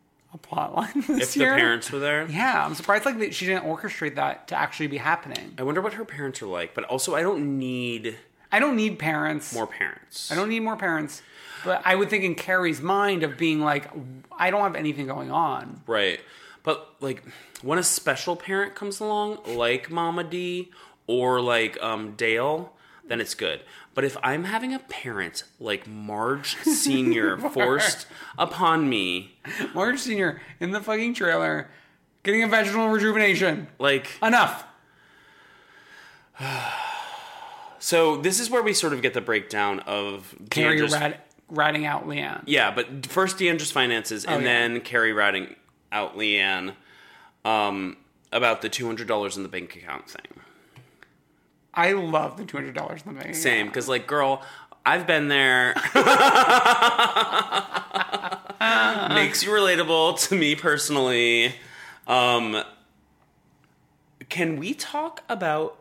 Speaker 2: a plot line this
Speaker 1: if
Speaker 2: year.
Speaker 1: the parents were there.
Speaker 2: Yeah, I'm surprised like that she didn't orchestrate that to actually be happening.
Speaker 1: I wonder what her parents are like, but also I don't need
Speaker 2: I don't need parents.
Speaker 1: more parents.
Speaker 2: I don't need more parents. But I would think in Carrie's mind of being like, I don't have anything going on.
Speaker 1: right. But like when a special parent comes along, like Mama D or like um Dale, then it's good. But if I'm having a parent like Marge Senior forced upon me,
Speaker 2: Marge Sr. in the fucking trailer getting a vaginal rejuvenation.
Speaker 1: like
Speaker 2: Enough.
Speaker 1: so this is where we sort of get the breakdown of
Speaker 2: Carrie
Speaker 1: Deandra's-
Speaker 2: rat, ratting out Leanne.
Speaker 1: Yeah, but first Deandra's finances, and
Speaker 2: Oh, yeah.
Speaker 1: then Carrie ratting out Leanne um, about the two hundred dollars in the bank account thing.
Speaker 2: I love the $200 in the bank.
Speaker 1: Same, because like, girl, I've been there. Makes you relatable to me personally. Um, can we talk about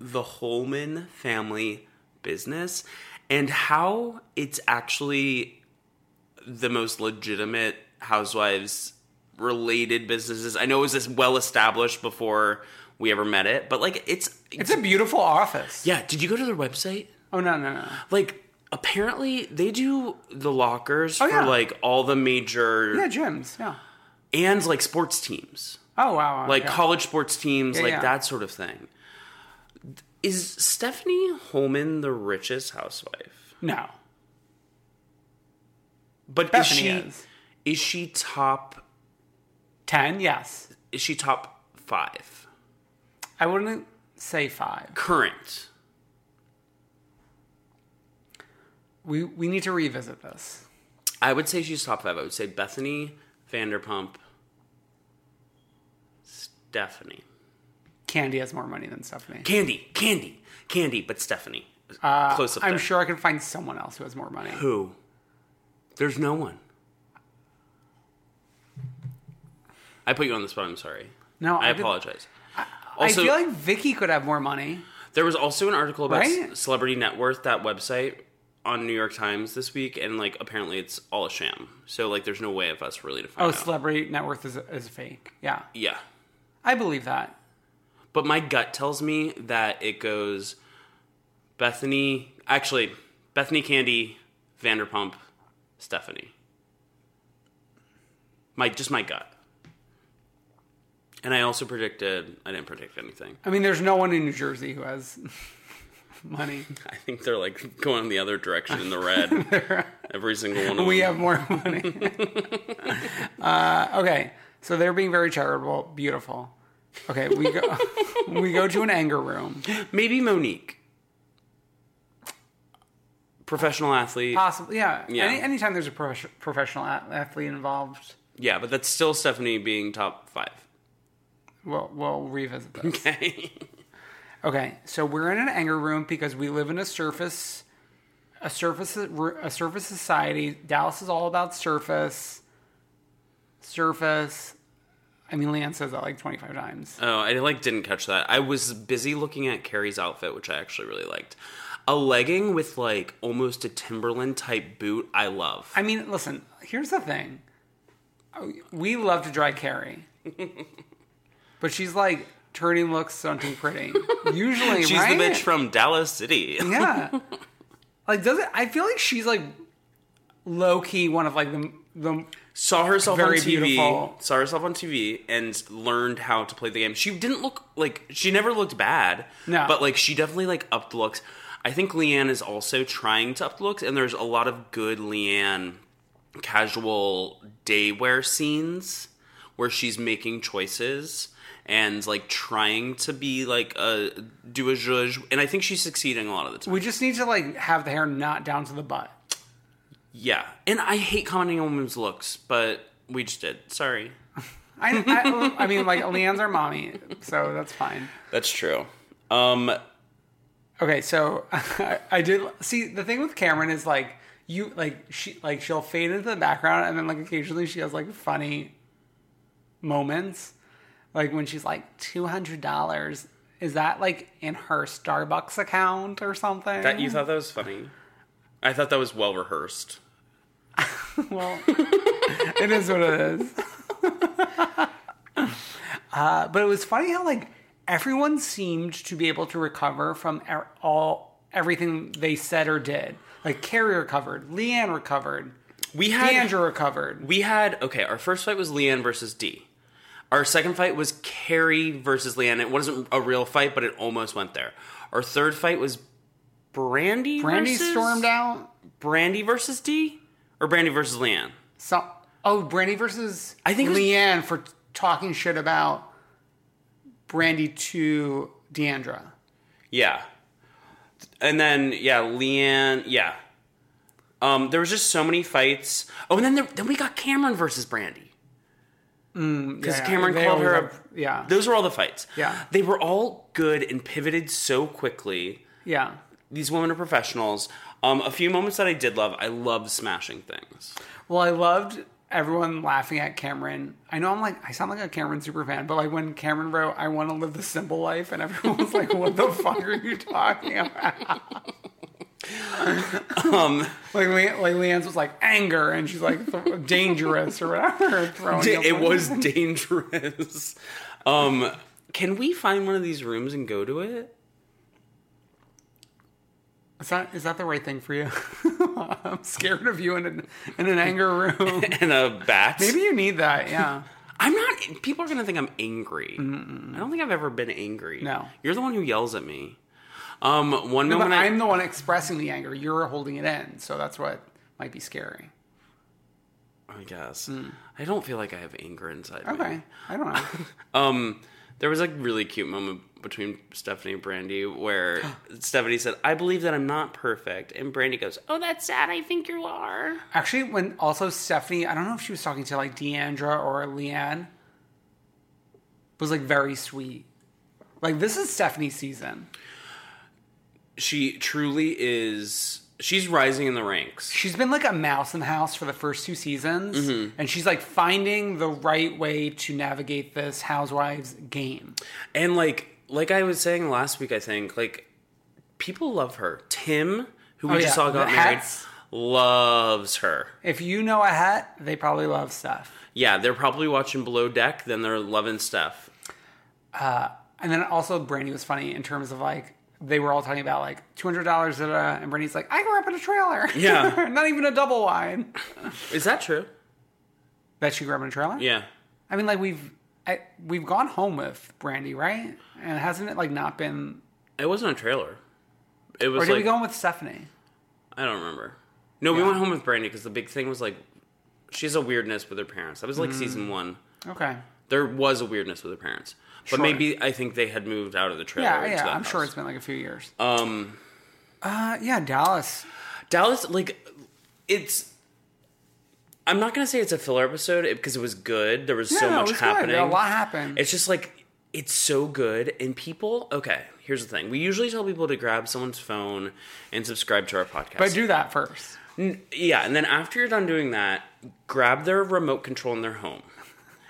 Speaker 1: the Holman family business and how it's actually the most legitimate housewives related businesses? I know it was this well established before we ever met it, but like it's
Speaker 2: It's a beautiful office.
Speaker 1: yeah, did you go to their website?
Speaker 2: Oh, no, no, no.
Speaker 1: Like, apparently they do the lockers for
Speaker 2: Oh, yeah.
Speaker 1: like all the major
Speaker 2: Yeah, gyms. Yeah.
Speaker 1: and like sports teams,
Speaker 2: Oh wow! wow,
Speaker 1: like
Speaker 2: yeah.
Speaker 1: college sports teams, like
Speaker 2: yeah.
Speaker 1: that sort of thing. Is Stephanie Holman the richest housewife?
Speaker 2: no,
Speaker 1: But is
Speaker 2: Bethany
Speaker 1: she
Speaker 2: is
Speaker 1: is she top
Speaker 2: ten. Yes,
Speaker 1: is she top 5
Speaker 2: I wouldn't say five.
Speaker 1: current?
Speaker 2: We we need to revisit this.
Speaker 1: I would say she's top 5. I would say Bethany, Vanderpump, Stephanie.
Speaker 2: Candy has more money than Stephanie.
Speaker 1: Candy, Candy, Candy, but Stephanie. Close up
Speaker 2: Uh, I'm
Speaker 1: there.
Speaker 2: sure I can find someone else who has more money.
Speaker 1: Who? There's no one. I put you on the spot. I'm sorry.
Speaker 2: No,
Speaker 1: I,
Speaker 2: I didn't-
Speaker 1: apologize.
Speaker 2: I
Speaker 1: also,
Speaker 2: feel like Vicky could have more money.
Speaker 1: there was also an article about
Speaker 2: Right?
Speaker 1: ce- celebrity net worth that website on New York Times this week, and like apparently it's all a sham. So like, there's no way of us really to find
Speaker 2: Oh,
Speaker 1: out.
Speaker 2: celebrity net worth is is fake. Yeah,
Speaker 1: yeah,
Speaker 2: I believe that.
Speaker 1: but my gut tells me that it goes Bethany. Actually, Bethany Candy, Vanderpump, Stephanie. My just my gut. And I also predicted. I didn't predict anything.
Speaker 2: I mean, there's no one in New Jersey who has money.
Speaker 1: I think they're like going the other direction in the red. Every single one of
Speaker 2: We
Speaker 1: them.
Speaker 2: have more money. uh, okay, so they're being very charitable. Beautiful. Okay, we go we go to an anger room.
Speaker 1: Maybe Monique, professional athlete.
Speaker 2: Possibly, yeah.
Speaker 1: Yeah.
Speaker 2: Any, anytime there's a prof- professional a- athlete involved,
Speaker 1: Yeah, but that's still Stephanie being top five.
Speaker 2: we'll, we'll revisit this.
Speaker 1: Okay.
Speaker 2: okay, so we're in an anger room because we live in a surface a surface a surface society. Dallas is all about surface, surface. I mean, Leanne says that like twenty five times.
Speaker 1: Oh, I like didn't catch that. I was busy looking at Carrie's outfit, which I actually really liked. A legging with like almost a Timberland type boot. I love.
Speaker 2: I mean, listen. Here's the thing. We love to dry Carrie, but she's like turning looks something pretty. Usually,
Speaker 1: She's
Speaker 2: right?
Speaker 1: the bitch from Dallas City.
Speaker 2: Yeah. like, does it? I feel like she's like low key one of like the the.
Speaker 1: saw herself
Speaker 2: Very
Speaker 1: on TV,
Speaker 2: beautiful.
Speaker 1: saw herself on TV, and learned how to play the game. She didn't look like she never looked bad.
Speaker 2: No.
Speaker 1: but like she definitely like upped looks. I think Leanne is also trying to up looks, and there's a lot of good Leanne casual day wear scenes where she's making choices and like trying to be like a do a judge, and I think she's succeeding a lot of the time.
Speaker 2: We just need to like have the hair not down to the butt.
Speaker 1: Yeah, and I hate commenting on women's looks, but we just did. Sorry.
Speaker 2: I, I, I mean, like Leanne's our mommy, so that's fine.
Speaker 1: That's true. Um,
Speaker 2: Okay, so I, did see the thing with Cameron is like you like she like she'll fade into the background and then like occasionally she has like funny moments, like when she's like two hundred dollars. Is that like in her Starbucks account or something?
Speaker 1: that you thought that was funny. I thought that was well rehearsed.
Speaker 2: well, it is what it is. uh, but it was funny how like everyone seemed to be able to recover from er- all everything they said or did. Like Carrie recovered, Leanne recovered,
Speaker 1: We had
Speaker 2: Deandra recovered.
Speaker 1: we had okay. Our first fight was Leanne versus D. Our second fight was Carrie versus Leanne. It wasn't a real fight, but it almost went there. Our third fight was Brandy.
Speaker 2: Brandy
Speaker 1: versus-
Speaker 2: stormed out.
Speaker 1: Brandy versus D, or Brandy versus Leanne.
Speaker 2: So oh, Brandy versus
Speaker 1: I think it was-
Speaker 2: Leanne for talking shit about Brandy to Deandra.
Speaker 1: Yeah. And then yeah, Leanne, yeah. Um, there was just so many fights. Oh, and then there, then we got Cameron versus Brandy. Because
Speaker 2: Mm, yeah,
Speaker 1: Cameron
Speaker 2: they
Speaker 1: called her
Speaker 2: always
Speaker 1: a
Speaker 2: have- yeah.
Speaker 1: Those were all the fights.
Speaker 2: Yeah.
Speaker 1: They were all good and pivoted so quickly.
Speaker 2: Yeah.
Speaker 1: These women are professionals. Um, a few moments that I did love, I love smashing things.
Speaker 2: Well, I loved everyone laughing at Cameron. I know I'm like I sound like a Cameron super fan, but like when Cameron wrote "I want to live the simple life," and everyone was like, "What the fuck are you talking about?"
Speaker 1: Um,
Speaker 2: like, Le- like Leanne's was like anger, and she's like th- dangerous or whatever. Throwing up
Speaker 1: It was dangerous. Um, can we find one of these rooms and go to it?
Speaker 2: Is that is that the right thing for you? I'm scared of you in an in an anger room.
Speaker 1: And a bat?
Speaker 2: Maybe you need that. Yeah.
Speaker 1: I'm not. People are gonna think I'm angry. I don't think I've ever been angry.
Speaker 2: No.
Speaker 1: you're the one who yells at me. Um, one
Speaker 2: But
Speaker 1: moment I,
Speaker 2: I'm the one expressing the anger. You're holding it in, so that's what might be scary.
Speaker 1: I guess I don't feel like I have anger inside. Me.
Speaker 2: Okay, I don't know.
Speaker 1: Um, there was a really cute moment between Stephanie and Brandy where Stephanie said, "I believe that I'm not perfect," and Brandy goes, "Oh, that's sad. I think you are."
Speaker 2: Actually, when also Stephanie, I don't know if she was talking to like Deandra or Leanne, was like very sweet. Like this is Stephanie's season.
Speaker 1: She truly is. She's rising in the ranks.
Speaker 2: She's been like a mouse in the house for the first two seasons, and she's like finding the right way to navigate this housewives game.
Speaker 1: And like like I was saying last week, I think like people love her. Tim, who we
Speaker 2: Oh,
Speaker 1: just
Speaker 2: yeah.
Speaker 1: saw got
Speaker 2: The
Speaker 1: married,
Speaker 2: hats.
Speaker 1: loves her.
Speaker 2: If you know a hat, they probably love stuff.
Speaker 1: Yeah, they're probably watching Below Deck. Then they're loving stuff.
Speaker 2: And then also Brandy was funny in terms of like they were all talking about like two hundred dollars, and Brandy's like, I grew up in a trailer.
Speaker 1: Yeah.
Speaker 2: not even a double wide.
Speaker 1: Is that true?
Speaker 2: That she grew up in a trailer.
Speaker 1: Yeah.
Speaker 2: I mean, like we've I, we've gone home with Brandy, right? And hasn't it like not been?
Speaker 1: It wasn't a trailer. It
Speaker 2: Or
Speaker 1: was
Speaker 2: did
Speaker 1: like
Speaker 2: we go home with Stephanie?
Speaker 1: I don't remember. No, we went home with Brandy because the big thing was like she has a weirdness with her parents. That was like season
Speaker 2: Mm.
Speaker 1: one.
Speaker 2: Okay.
Speaker 1: There was a weirdness with her parents, but
Speaker 2: Sure.
Speaker 1: maybe I think they had moved out of the trailer.
Speaker 2: Yeah,
Speaker 1: into
Speaker 2: yeah.
Speaker 1: that
Speaker 2: I'm sure
Speaker 1: house.
Speaker 2: it's been like a few years.
Speaker 1: Um,
Speaker 2: Uh, yeah, Dallas.
Speaker 1: Dallas, like, it's. I'm not gonna say it's a filler episode because it was good. There was so
Speaker 2: Yeah, it
Speaker 1: much
Speaker 2: was good.
Speaker 1: happening.
Speaker 2: A lot happened.
Speaker 1: It's just like it's so good and people okay here's the thing we usually tell people to grab someone's phone and subscribe to our podcast
Speaker 2: But do that first.
Speaker 1: yeah and then after you're done doing that grab their remote control in their home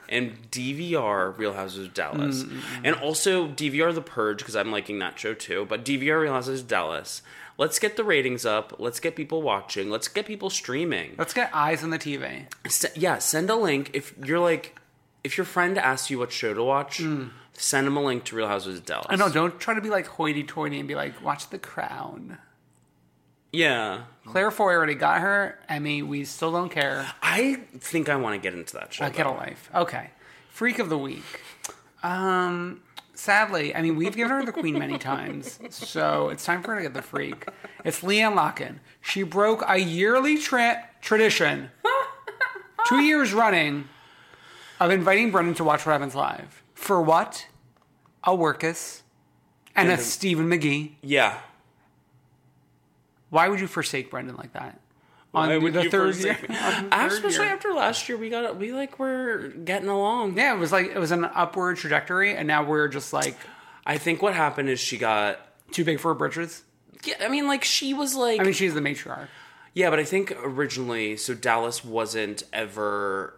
Speaker 1: and dvr real houses of dallas
Speaker 2: Mm-hmm.
Speaker 1: and also dvr the purge because i'm liking that show too but dvr real houses of dallas let's get the ratings up let's get people watching let's get people streaming
Speaker 2: Let's get eyes on the TV.
Speaker 1: S- yeah, send a link if you're like, if your friend asks you what show to watch, send them a link to Real Housewives of Dallas.
Speaker 2: Mm. I know. Don't try to be like hoity-toity and be like, watch The Crown.
Speaker 1: Yeah,
Speaker 2: Claire Foy already got her Emmy. We still don't care.
Speaker 1: I think I want to get into that show.
Speaker 2: I get a life. Okay. Freak of the week. Um, sadly, I mean, we've given her the queen many times, so it's time for her to get the freak. It's Leanne Locken. She broke a yearly tra- tradition, two years running, of inviting Brendan to watch What Happens Live. For what? A Workus and a Stephen McGee.
Speaker 1: yeah.
Speaker 2: Why would you forsake Brendan like that? On
Speaker 1: Why would
Speaker 2: the
Speaker 1: you
Speaker 2: third year.
Speaker 1: forsake me?
Speaker 2: on the third
Speaker 1: Especially
Speaker 2: year.
Speaker 1: after last year, we got we like were getting along.
Speaker 2: Yeah, it was like it was an upward trajectory, and now we're just like
Speaker 1: I think what happened is she got.
Speaker 2: too big for Bridges.
Speaker 1: Yeah, I mean, like she was like.
Speaker 2: I mean, she's the matriarch.
Speaker 1: yeah, but I think originally, so Dallas wasn't ever.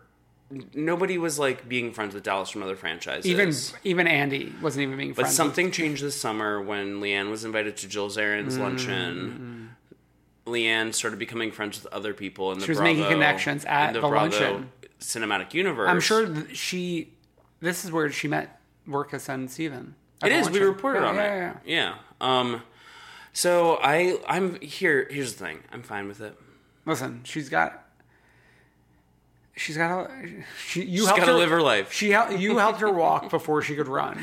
Speaker 1: Nobody was like being friends with Dallas from other franchises.
Speaker 2: Even even Andy wasn't even being
Speaker 1: But
Speaker 2: friends. with-
Speaker 1: something changed this summer when Leanne was invited to Jill Zarin's
Speaker 2: Mm-hmm.
Speaker 1: luncheon. Leanne started becoming friends with other people in the
Speaker 2: She was
Speaker 1: Bravo,
Speaker 2: making connections at
Speaker 1: in
Speaker 2: the
Speaker 1: Bravo
Speaker 2: luncheon.
Speaker 1: cinematic universe.
Speaker 2: I'm sure th- she. This is where she met Workus and Steven.
Speaker 1: it is. We reported
Speaker 2: yeah,
Speaker 1: on
Speaker 2: yeah,
Speaker 1: it. Yeah. Um. So I I'm here. Here's the thing. I'm fine with it.
Speaker 2: yeah. Listen, she's got. She's got a. She, you
Speaker 1: She's
Speaker 2: helped
Speaker 1: gotta
Speaker 2: her
Speaker 1: live her life.
Speaker 2: She hel- you helped her walk before she could run.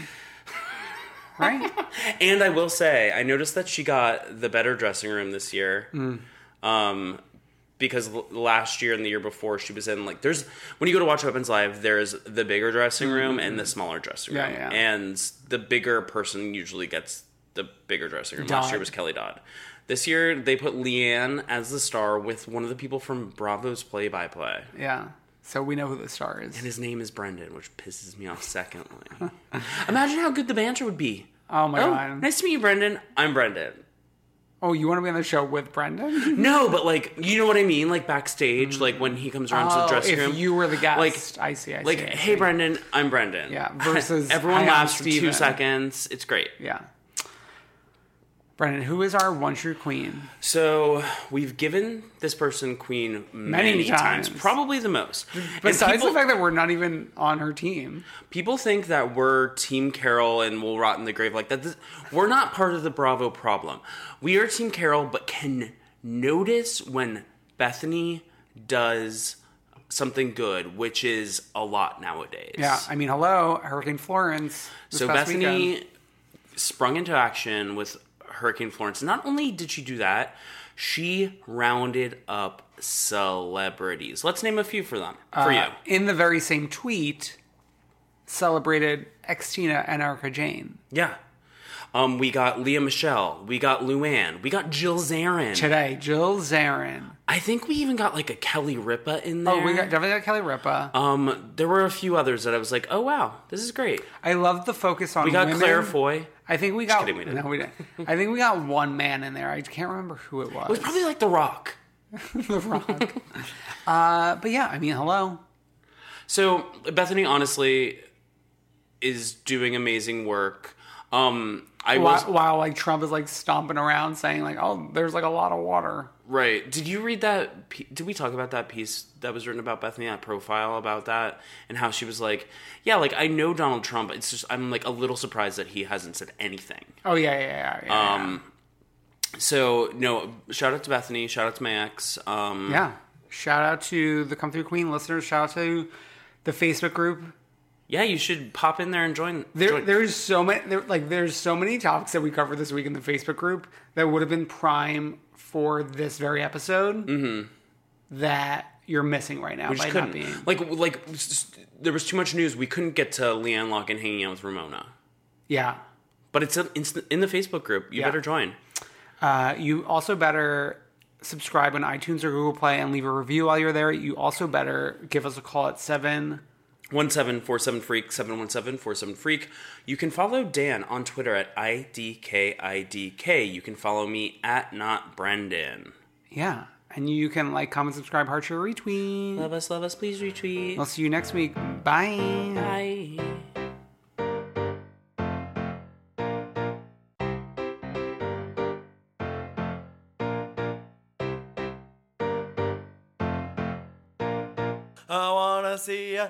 Speaker 2: Right.
Speaker 1: And I will say, I noticed that she got the better dressing room this year.
Speaker 2: Mm.
Speaker 1: Um, because l- last year and the year before, she was in like there's when you go to watch Weapons Live, there's the bigger dressing room and the smaller dressing room,
Speaker 2: Mm-hmm. Yeah, yeah.
Speaker 1: and the bigger person usually gets the bigger dressing room. Last year
Speaker 2: Dodd.
Speaker 1: was Kelly Dodd. This year they put Leanne as the star with one of the people from Bravo's play-by-play.
Speaker 2: Yeah. So we know who the star is.
Speaker 1: And his name is Brendan, which pisses me off. Secondly, imagine how good the banter would be.
Speaker 2: Oh my
Speaker 1: Oh,
Speaker 2: god.
Speaker 1: nice to meet you, Brendan. I'm Brendan.
Speaker 2: Oh, you want to be on the show with Brendan?
Speaker 1: No, but like you know what I mean, like backstage, like when he comes around to the
Speaker 2: Mm. Oh,
Speaker 1: dressing
Speaker 2: if
Speaker 1: room.
Speaker 2: you were the guest.
Speaker 1: like
Speaker 2: I see, I see,
Speaker 1: like,
Speaker 2: I
Speaker 1: hey
Speaker 2: see.
Speaker 1: Brendan, I'm Brendan.
Speaker 2: Yeah, versus,
Speaker 1: everyone
Speaker 2: "Hi, I'm
Speaker 1: laughs for two
Speaker 2: Steven."
Speaker 1: seconds. It's great.
Speaker 2: yeah. Brendan, who is our one true queen?
Speaker 1: So we've given this person Queen many,
Speaker 2: Many
Speaker 1: times.
Speaker 2: times.
Speaker 1: probably the most. And
Speaker 2: Besides
Speaker 1: people,
Speaker 2: the fact that we're not even on her team,
Speaker 1: people think that we're Team Carol and we'll rot in the grave like that. This, we're not part of the Bravo problem. We are Team Carol, but can notice when Bethany does something good, which is a lot nowadays.
Speaker 2: yeah. I mean, hello, Hurricane Florence. this
Speaker 1: So
Speaker 2: past
Speaker 1: Bethany
Speaker 2: weekend.
Speaker 1: sprung into action with Hurricane Florence. Not only did she do that, she rounded up celebrities. Let's name a few for them.
Speaker 2: Uh,
Speaker 1: For you.
Speaker 2: in the very same tweet, celebrated Xtina and Erica Jane
Speaker 1: Yeah. Um, we got Leah Michelle. We got Luann. We got Jill Zarin.
Speaker 2: today. Jill Zarin.
Speaker 1: I think we even got like a Kelly Ripa in there.
Speaker 2: Oh, we got definitely got Kelly Ripa.
Speaker 1: um, there were a few others that I was like, oh wow, this is great.
Speaker 2: I love the focus on
Speaker 1: We got
Speaker 2: Um, women.
Speaker 1: Claire Foy.
Speaker 2: I think we got
Speaker 1: kidding, we didn't.
Speaker 2: no, we didn't. I think we got one man in there. I can't remember who it was.
Speaker 1: It was probably like The Rock.
Speaker 2: The Rock. uh, but yeah, I mean, hello.
Speaker 1: So Bethany honestly is doing amazing work. Um, I was
Speaker 2: While, while like Trump is like stomping around saying like, "Oh, there's like a lot of water."
Speaker 1: right. Did you read that? p- Did we talk about that piece that was written about Bethany? That profile about that and how she was like, yeah, like I know Donald Trump. It's just I'm like a little surprised that he hasn't said anything.
Speaker 2: Oh yeah, yeah, yeah, yeah. yeah.
Speaker 1: Um, So no, shout out to Bethany. Shout out to my ex. Um,
Speaker 2: Yeah. Shout out to the Come Through Queen listeners. Shout out to the Facebook group.
Speaker 1: yeah, you should pop in there and join.
Speaker 2: There,
Speaker 1: join.
Speaker 2: there's so many. There, like, there's so many topics that we covered this week in the Facebook group that would have been prime for this very episode. That you're missing right now
Speaker 1: Mm-hmm. We
Speaker 2: by
Speaker 1: just
Speaker 2: not
Speaker 1: couldn't.
Speaker 2: being.
Speaker 1: Like, like s- s- there was too much news. We couldn't get to Leanne Locken hanging out with Ramona.
Speaker 2: Yeah.
Speaker 1: But it's in, it's in the Facebook group. You
Speaker 2: Yeah.
Speaker 1: better join.
Speaker 2: Uh, you also better subscribe on iTunes or Google Play and leave a review while you're there. You also better give us a call at seven
Speaker 1: 1747 Freak, 717 47 Freak. You can follow Dan on Twitter at IDKIDK. You can follow me at Not Brendan.
Speaker 2: Yeah. And you can like, comment, subscribe, heart share, retweet.
Speaker 1: Love us, love us, please retweet.
Speaker 2: I'll see you next week. Bye.
Speaker 1: Bye.
Speaker 4: I wanna see ya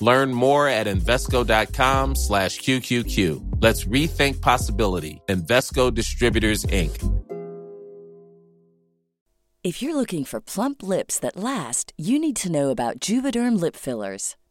Speaker 5: Learn more at Invesco.com slash QQQ. Let's rethink possibility. Invesco Distributors, Inc.
Speaker 6: If you're looking for plump lips that last, you need to know about Juvederm lip fillers.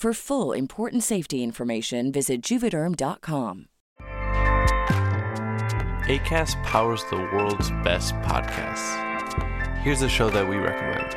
Speaker 6: For full important safety information, visit juvederm.com.
Speaker 7: ACAST powers the world's best podcasts. Here's a show that we recommend.